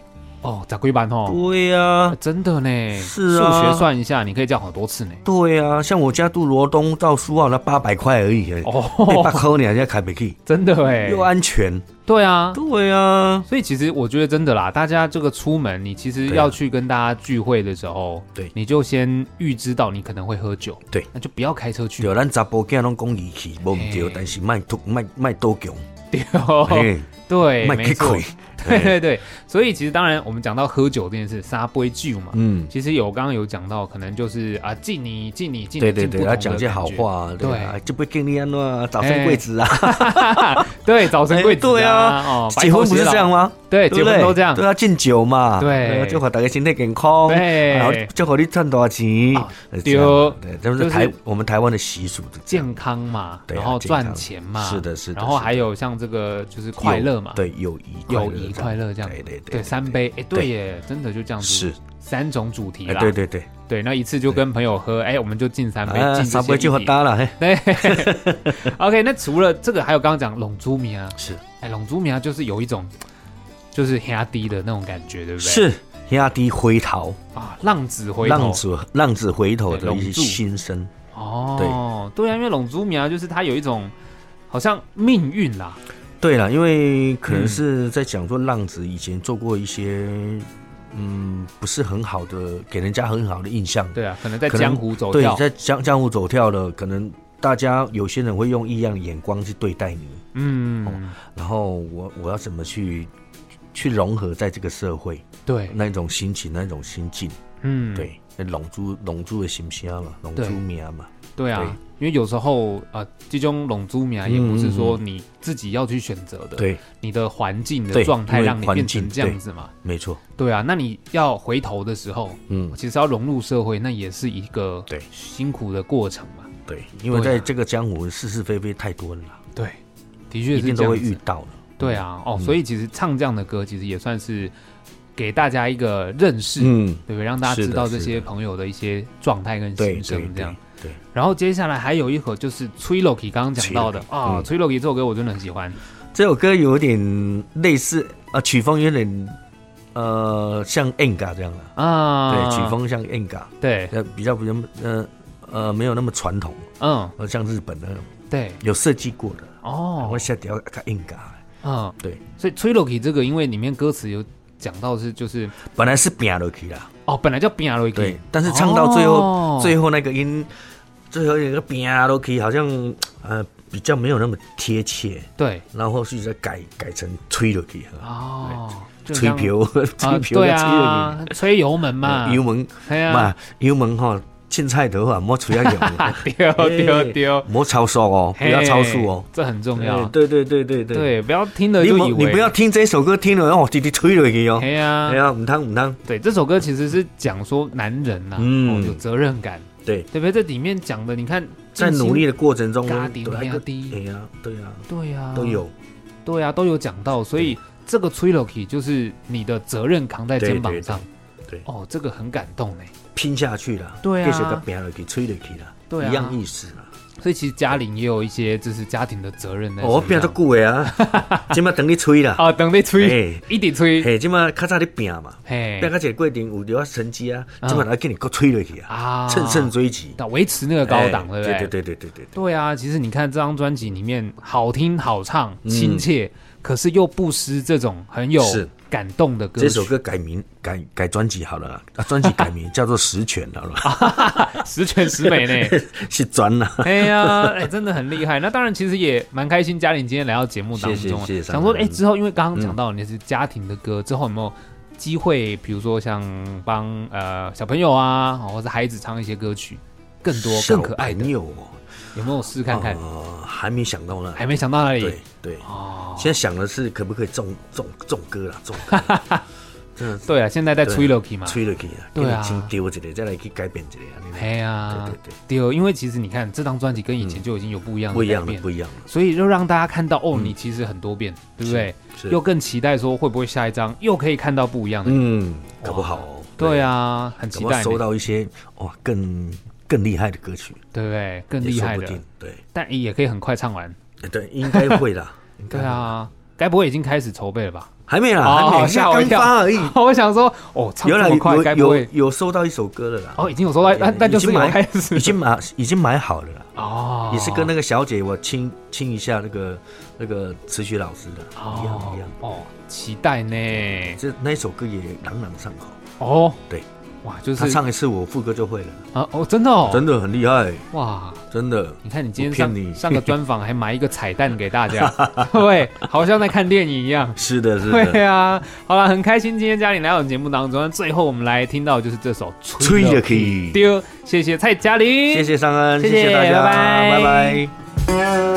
Speaker 1: 哦，咋规版哦，
Speaker 2: 对啊，
Speaker 1: 真的呢，
Speaker 2: 是
Speaker 1: 数
Speaker 2: 啊
Speaker 1: 学算一下，你可以叫好多次呢。
Speaker 2: 对啊，像我家住罗东到苏澳那八百块而已，那八
Speaker 1: 哦，
Speaker 2: 块你人家开袂起。
Speaker 1: 真的哎
Speaker 2: 又，安全。
Speaker 1: 对啊，
Speaker 2: 对啊，
Speaker 1: 所以其实我觉得真的啦，大家这个出门，你其实
Speaker 2: 对啊
Speaker 1: 要去跟大家聚会的时候，
Speaker 2: 对
Speaker 1: 你就先预知到你可能会喝酒，
Speaker 2: 对，
Speaker 1: 那就不要开车去。
Speaker 2: 对，咱查甫囝拢讲义气，无毋
Speaker 1: 嘿
Speaker 2: 对，但是卖突卖卖多 强，
Speaker 1: 对，哦
Speaker 2: 嘿
Speaker 1: 对，
Speaker 2: 哎卖
Speaker 1: 没
Speaker 2: 吃
Speaker 1: 错，
Speaker 2: 亏，
Speaker 1: 对对对。所以其实当然，我们讲到喝酒这件事，沙杯酒嘛，
Speaker 2: 嗯，
Speaker 1: 其实有刚刚有讲到，可能就是啊，敬你敬你敬你，
Speaker 2: 对对
Speaker 1: 敬
Speaker 2: 对，
Speaker 1: 不同的
Speaker 2: 要讲些好话，
Speaker 1: 对
Speaker 2: 对啊，就不敬你安怎啊，早生贵子啊，
Speaker 1: 感觉， 对，早生贵子、
Speaker 2: 哎对啊
Speaker 1: 哦，白
Speaker 2: 结
Speaker 1: 头
Speaker 2: 婚不
Speaker 1: 偕
Speaker 2: 是
Speaker 1: 老
Speaker 2: 这样，吗？
Speaker 1: 对，
Speaker 2: 对
Speaker 1: 结
Speaker 2: 不
Speaker 1: 婚
Speaker 2: 对
Speaker 1: 都这样，
Speaker 2: 对啊，敬酒嘛，
Speaker 1: 对
Speaker 2: 啊祝福大家身体健康，
Speaker 1: 对
Speaker 2: 然后祝福你赚大钱
Speaker 1: 啊，
Speaker 2: 呃这样
Speaker 1: 对
Speaker 2: 对，这
Speaker 1: 就是
Speaker 2: 是台我们台湾的习俗的
Speaker 1: 健康嘛，
Speaker 2: 对啊
Speaker 1: 然后
Speaker 2: 健康
Speaker 1: 赚钱嘛，
Speaker 2: 是的是的
Speaker 1: 然后
Speaker 2: 是的
Speaker 1: 还有像这个就是快乐嘛，
Speaker 2: 对，友谊
Speaker 1: 友谊快
Speaker 2: 乐
Speaker 1: 乐这
Speaker 2: 这
Speaker 1: 样
Speaker 2: 样，
Speaker 1: 子
Speaker 2: 对对
Speaker 1: 对，三杯，哎，对耶，真的就这样子，
Speaker 2: 是，
Speaker 1: 三种主题
Speaker 2: 哎
Speaker 1: 啦，
Speaker 2: 对对对，
Speaker 1: 对那一次就跟朋友喝，哎，我们就敬三杯，
Speaker 2: 啊，
Speaker 1: 敬
Speaker 2: 三杯就
Speaker 1: 喝
Speaker 2: 喝大了，嘿，
Speaker 1: 对 ，OK，那除了这个，还有刚刚讲龙珠米啊，
Speaker 2: 是。
Speaker 1: 哎，龙珠米啊，就是有一种就是黑啊低的那种感觉，对不对？
Speaker 2: 是压低回头，
Speaker 1: 啊，浪子回头，
Speaker 2: 浪子浪子回头的
Speaker 1: 对
Speaker 2: 一
Speaker 1: 龙柱
Speaker 2: 些心声。
Speaker 1: 哦，对啊，因为龙珠米啊，就是它有一种好像命运啦，
Speaker 2: 对了，因为可能
Speaker 1: 嗯
Speaker 2: 是在讲说浪子以前做过一些，嗯，不是很好的，给人家很好的印象。
Speaker 1: 对啊，可能在
Speaker 2: 可能
Speaker 1: 江湖走
Speaker 2: 对
Speaker 1: 跳，，
Speaker 2: 在江江湖走跳了，可能大家有些人会用异样的眼光去对待你，
Speaker 1: 嗯，
Speaker 2: 然后我我要怎么去去融合在这个社会
Speaker 1: 对，
Speaker 2: 那种心情、那种心境？
Speaker 1: 嗯，
Speaker 2: 对，那龙珠龙珠的形象嘛，龙
Speaker 1: 对
Speaker 2: 珠名嘛，
Speaker 1: 对啊
Speaker 2: 对，
Speaker 1: 因为有时候啊，呃这种龙珠米啊，也不是说你自己要去选择的，
Speaker 2: 嗯对，
Speaker 1: 你的环境的
Speaker 2: 对
Speaker 1: 状态
Speaker 2: 因为
Speaker 1: 让你
Speaker 2: 环
Speaker 1: 变
Speaker 2: 境
Speaker 1: 成这样子嘛，
Speaker 2: 没错，
Speaker 1: 对啊，那你要回头的时候，
Speaker 2: 嗯。
Speaker 1: 其实要融入社会，那也是一个
Speaker 2: 对
Speaker 1: 辛苦的过程嘛，
Speaker 2: 对，因为
Speaker 1: 对啊
Speaker 2: 在这个江湖是是非非太多了啦，
Speaker 1: 对，的
Speaker 2: 一
Speaker 1: 确
Speaker 2: 定
Speaker 1: 是这
Speaker 2: 都
Speaker 1: 样
Speaker 2: 会遇
Speaker 1: 子，
Speaker 2: 到的。
Speaker 1: 对啊，哦，
Speaker 2: 嗯
Speaker 1: 所以其实唱这样的歌，其实也算是给大家一个认识，
Speaker 2: 嗯，
Speaker 1: 对不对？让大家
Speaker 2: 是
Speaker 1: 知
Speaker 2: 的
Speaker 1: 道这
Speaker 2: 是
Speaker 1: 些
Speaker 2: 的
Speaker 1: 朋友的一些状态跟
Speaker 2: 对
Speaker 1: 心
Speaker 2: 对
Speaker 1: 声这样
Speaker 2: 对。对，
Speaker 1: 然后接下来还有一盒就是崔 l o k 刚刚讲到的
Speaker 2: Trilogy，
Speaker 1: 啊，
Speaker 2: 嗯
Speaker 1: 崔 l o k 这首歌我真的很喜欢，
Speaker 2: 这首歌有点类似啊、呃曲风有点呃像 Enga 这样的、
Speaker 1: 啊，
Speaker 2: 对，曲风像 Enga，
Speaker 1: 对，
Speaker 2: 呃比较比较呃呃没有那么传统，
Speaker 1: 嗯，
Speaker 2: 呃像日本那种
Speaker 1: 对，
Speaker 2: 有设计过的，然后
Speaker 1: 哦，
Speaker 2: 下调看 Enga。
Speaker 1: 嗯，
Speaker 2: 对，
Speaker 1: 所以崔 l o k 这个因为里面歌词有讲到是就是
Speaker 2: 本来是扁了去啦，
Speaker 1: 哦，本来叫 b i a l o k
Speaker 2: 对，但是唱到最后、
Speaker 1: 后
Speaker 2: 最后那个音，最后有一个扁了去，好像呃比较没有那么贴切，
Speaker 1: 对
Speaker 2: 然后后续再改改成吹了去。
Speaker 1: 哦，就
Speaker 2: 吹
Speaker 1: 像
Speaker 2: 票，吹
Speaker 1: 啊，
Speaker 2: 票
Speaker 1: 对
Speaker 2: 吹了
Speaker 1: 啊，吹油门嘛
Speaker 2: 哎去，油，门
Speaker 1: 对啊，
Speaker 2: 嘛，油门吼，一凊彩的话，莫出要有，
Speaker 1: 丢丢丢，
Speaker 2: 莫超速哦，不要超速哦
Speaker 1: 嘿。这很重要
Speaker 2: 哎。对对对对对，
Speaker 1: 对，不要听了
Speaker 2: 你
Speaker 1: 就
Speaker 2: 莫
Speaker 1: 以为
Speaker 2: 你不要听这首歌，听了哦，滴滴吹了去哦。
Speaker 1: 嘿呀
Speaker 2: 哎，呀，唔通唔通，
Speaker 1: 对，这首歌其实是讲说男人呐、
Speaker 2: 嗯
Speaker 1: 哦有责任感，
Speaker 2: 对，
Speaker 1: 对不对？这里面讲的，你看
Speaker 2: 在努，力的过程中，
Speaker 1: 嘎顶
Speaker 2: 对啊
Speaker 1: 嘎
Speaker 2: 个
Speaker 1: 滴
Speaker 2: 哎呀，对呀，
Speaker 1: 对呀、
Speaker 2: 都，有。
Speaker 1: 对啊呀、都有讲到，所以这个 trilogy 就是你的责任扛在肩膀上，
Speaker 2: 对对对对
Speaker 1: 哦，这个很感动呢。
Speaker 2: 拼下去了，
Speaker 1: 对啊
Speaker 2: 继续个拼落去，吹落去了，
Speaker 1: 对啊
Speaker 2: 一样意思啦。
Speaker 1: 所以其实嘉玲也有一些就是家庭的责任在身上。
Speaker 2: 哦，我拼足久的啊， 即马等你 吹啦。
Speaker 1: 啊，等你吹，
Speaker 2: 嘿，
Speaker 1: 一直吹，
Speaker 2: 哎嘿，即马较早咧拼嘛，
Speaker 1: 嘿
Speaker 2: 拼到这个过程有了成绩啊，
Speaker 1: 嗯
Speaker 2: 即马来给你搁吹落去啊，
Speaker 1: 啊，
Speaker 2: 乘胜追击，
Speaker 1: 那维持那个高档，对不对？
Speaker 2: 哎对对对对对对，
Speaker 1: 对啊，其实你看这张专辑里面，好听、好唱、
Speaker 2: 嗯
Speaker 1: 亲切，可是又不失这种很有
Speaker 2: 是
Speaker 1: 感动的歌曲。
Speaker 2: 这首歌改名改改专辑好了啦，啊，专辑改名叫做《十全》啊好了，
Speaker 1: 十全十美呢。
Speaker 2: 是专啊啦。
Speaker 1: 哎呀，哎，真的很厉害。那当然，其实也蛮开心，嘉玲今天来到节目当
Speaker 2: 谢
Speaker 1: 中
Speaker 2: 谢
Speaker 1: 啊，
Speaker 2: 谢谢
Speaker 1: 想说，
Speaker 2: 张
Speaker 1: 哎，
Speaker 2: 翰
Speaker 1: 之后因为刚刚讲到你是家庭的歌，之后有没有机会，比如说像帮呃小朋友啊，或者孩子唱一些歌曲，更多哎更可爱的
Speaker 2: 小朋，友哦，
Speaker 1: 有没有试看看？
Speaker 2: 呃，还没想到呢，
Speaker 1: 还没想到那里
Speaker 2: 对对，
Speaker 1: 哎哦。
Speaker 2: 现在想的是可不可以中中中歌 啦，中歌，真的
Speaker 1: 对啊，现在在吹 Loki 嘛，
Speaker 2: 吹落去啊，
Speaker 1: 对啊
Speaker 2: 给你先丢一个，再来去改变一个，安尼
Speaker 1: 哎呀
Speaker 2: 对对，嗯
Speaker 1: 对哦，因为其实你看这张专辑跟以前就已经有不一样的
Speaker 2: 不一样
Speaker 1: 改
Speaker 2: 了，
Speaker 1: 变
Speaker 2: 不一样了，
Speaker 1: 所以就让大家看到哦，你其实很多变，对不对？
Speaker 2: 是
Speaker 1: 又更期待说会不会下一张又可以看到不一样的。
Speaker 2: 嗯，搞不好哦，
Speaker 1: 对啊，很
Speaker 2: 搞
Speaker 1: 期
Speaker 2: 不
Speaker 1: 待
Speaker 2: 好
Speaker 1: 呢，
Speaker 2: 收到一些哇更更厉害的歌曲，
Speaker 1: 对不对？更
Speaker 2: 也
Speaker 1: 厉
Speaker 2: 说
Speaker 1: 害
Speaker 2: 不
Speaker 1: 的
Speaker 2: 定，，对
Speaker 1: 但也可以很快唱完。
Speaker 2: 哎对，应该会 啦，应该
Speaker 1: 对
Speaker 2: 会，
Speaker 1: 啊，该不会已经开始筹备了吧？
Speaker 2: 还没啦，啊
Speaker 1: 哦
Speaker 2: 嗯还没，
Speaker 1: 吓我一
Speaker 2: 刚
Speaker 1: 跳
Speaker 2: 发而已，
Speaker 1: 我想说，哦，唱
Speaker 2: 有
Speaker 1: 这
Speaker 2: 啦，
Speaker 1: 么快，该不
Speaker 2: 有有
Speaker 1: 会
Speaker 2: 有收到一首歌了啦，哎
Speaker 1: 哦已经有收到，那那就是
Speaker 2: 已
Speaker 1: 有
Speaker 2: 经 买
Speaker 1: 开始
Speaker 2: 已经买已经买好了啦，
Speaker 1: 哦，
Speaker 2: 也是跟那个小姐我亲亲一下那个那个词曲老师的，一样一样，
Speaker 1: 哦，期待呢，
Speaker 2: 这那一首歌也朗朗上口。
Speaker 1: 哦，
Speaker 2: 对，
Speaker 1: 哇，就
Speaker 2: 他
Speaker 1: 是
Speaker 2: 唱一次我副歌就会了，
Speaker 1: 啊，哦，真的哦，
Speaker 2: 真的很厉害，
Speaker 1: 哇，
Speaker 2: 真的。
Speaker 1: 你看你今天
Speaker 2: 我骗
Speaker 1: 上
Speaker 2: 你
Speaker 1: 上个专访还埋一个彩蛋给大 家，对，好像在看电影一样。
Speaker 2: 是 的，是
Speaker 1: 对
Speaker 2: 的，
Speaker 1: 啊，好了，很开心今天嘉玲来我们节目当中，那最后我们来听到就是这首《
Speaker 2: 吹着
Speaker 1: 可以
Speaker 2: 以，
Speaker 1: 丢》，谢谢蔡嘉玲，
Speaker 2: 谢谢上恩，
Speaker 1: 谢
Speaker 2: 谢
Speaker 1: 谢
Speaker 2: 谢大家，
Speaker 1: 拜拜
Speaker 2: 拜拜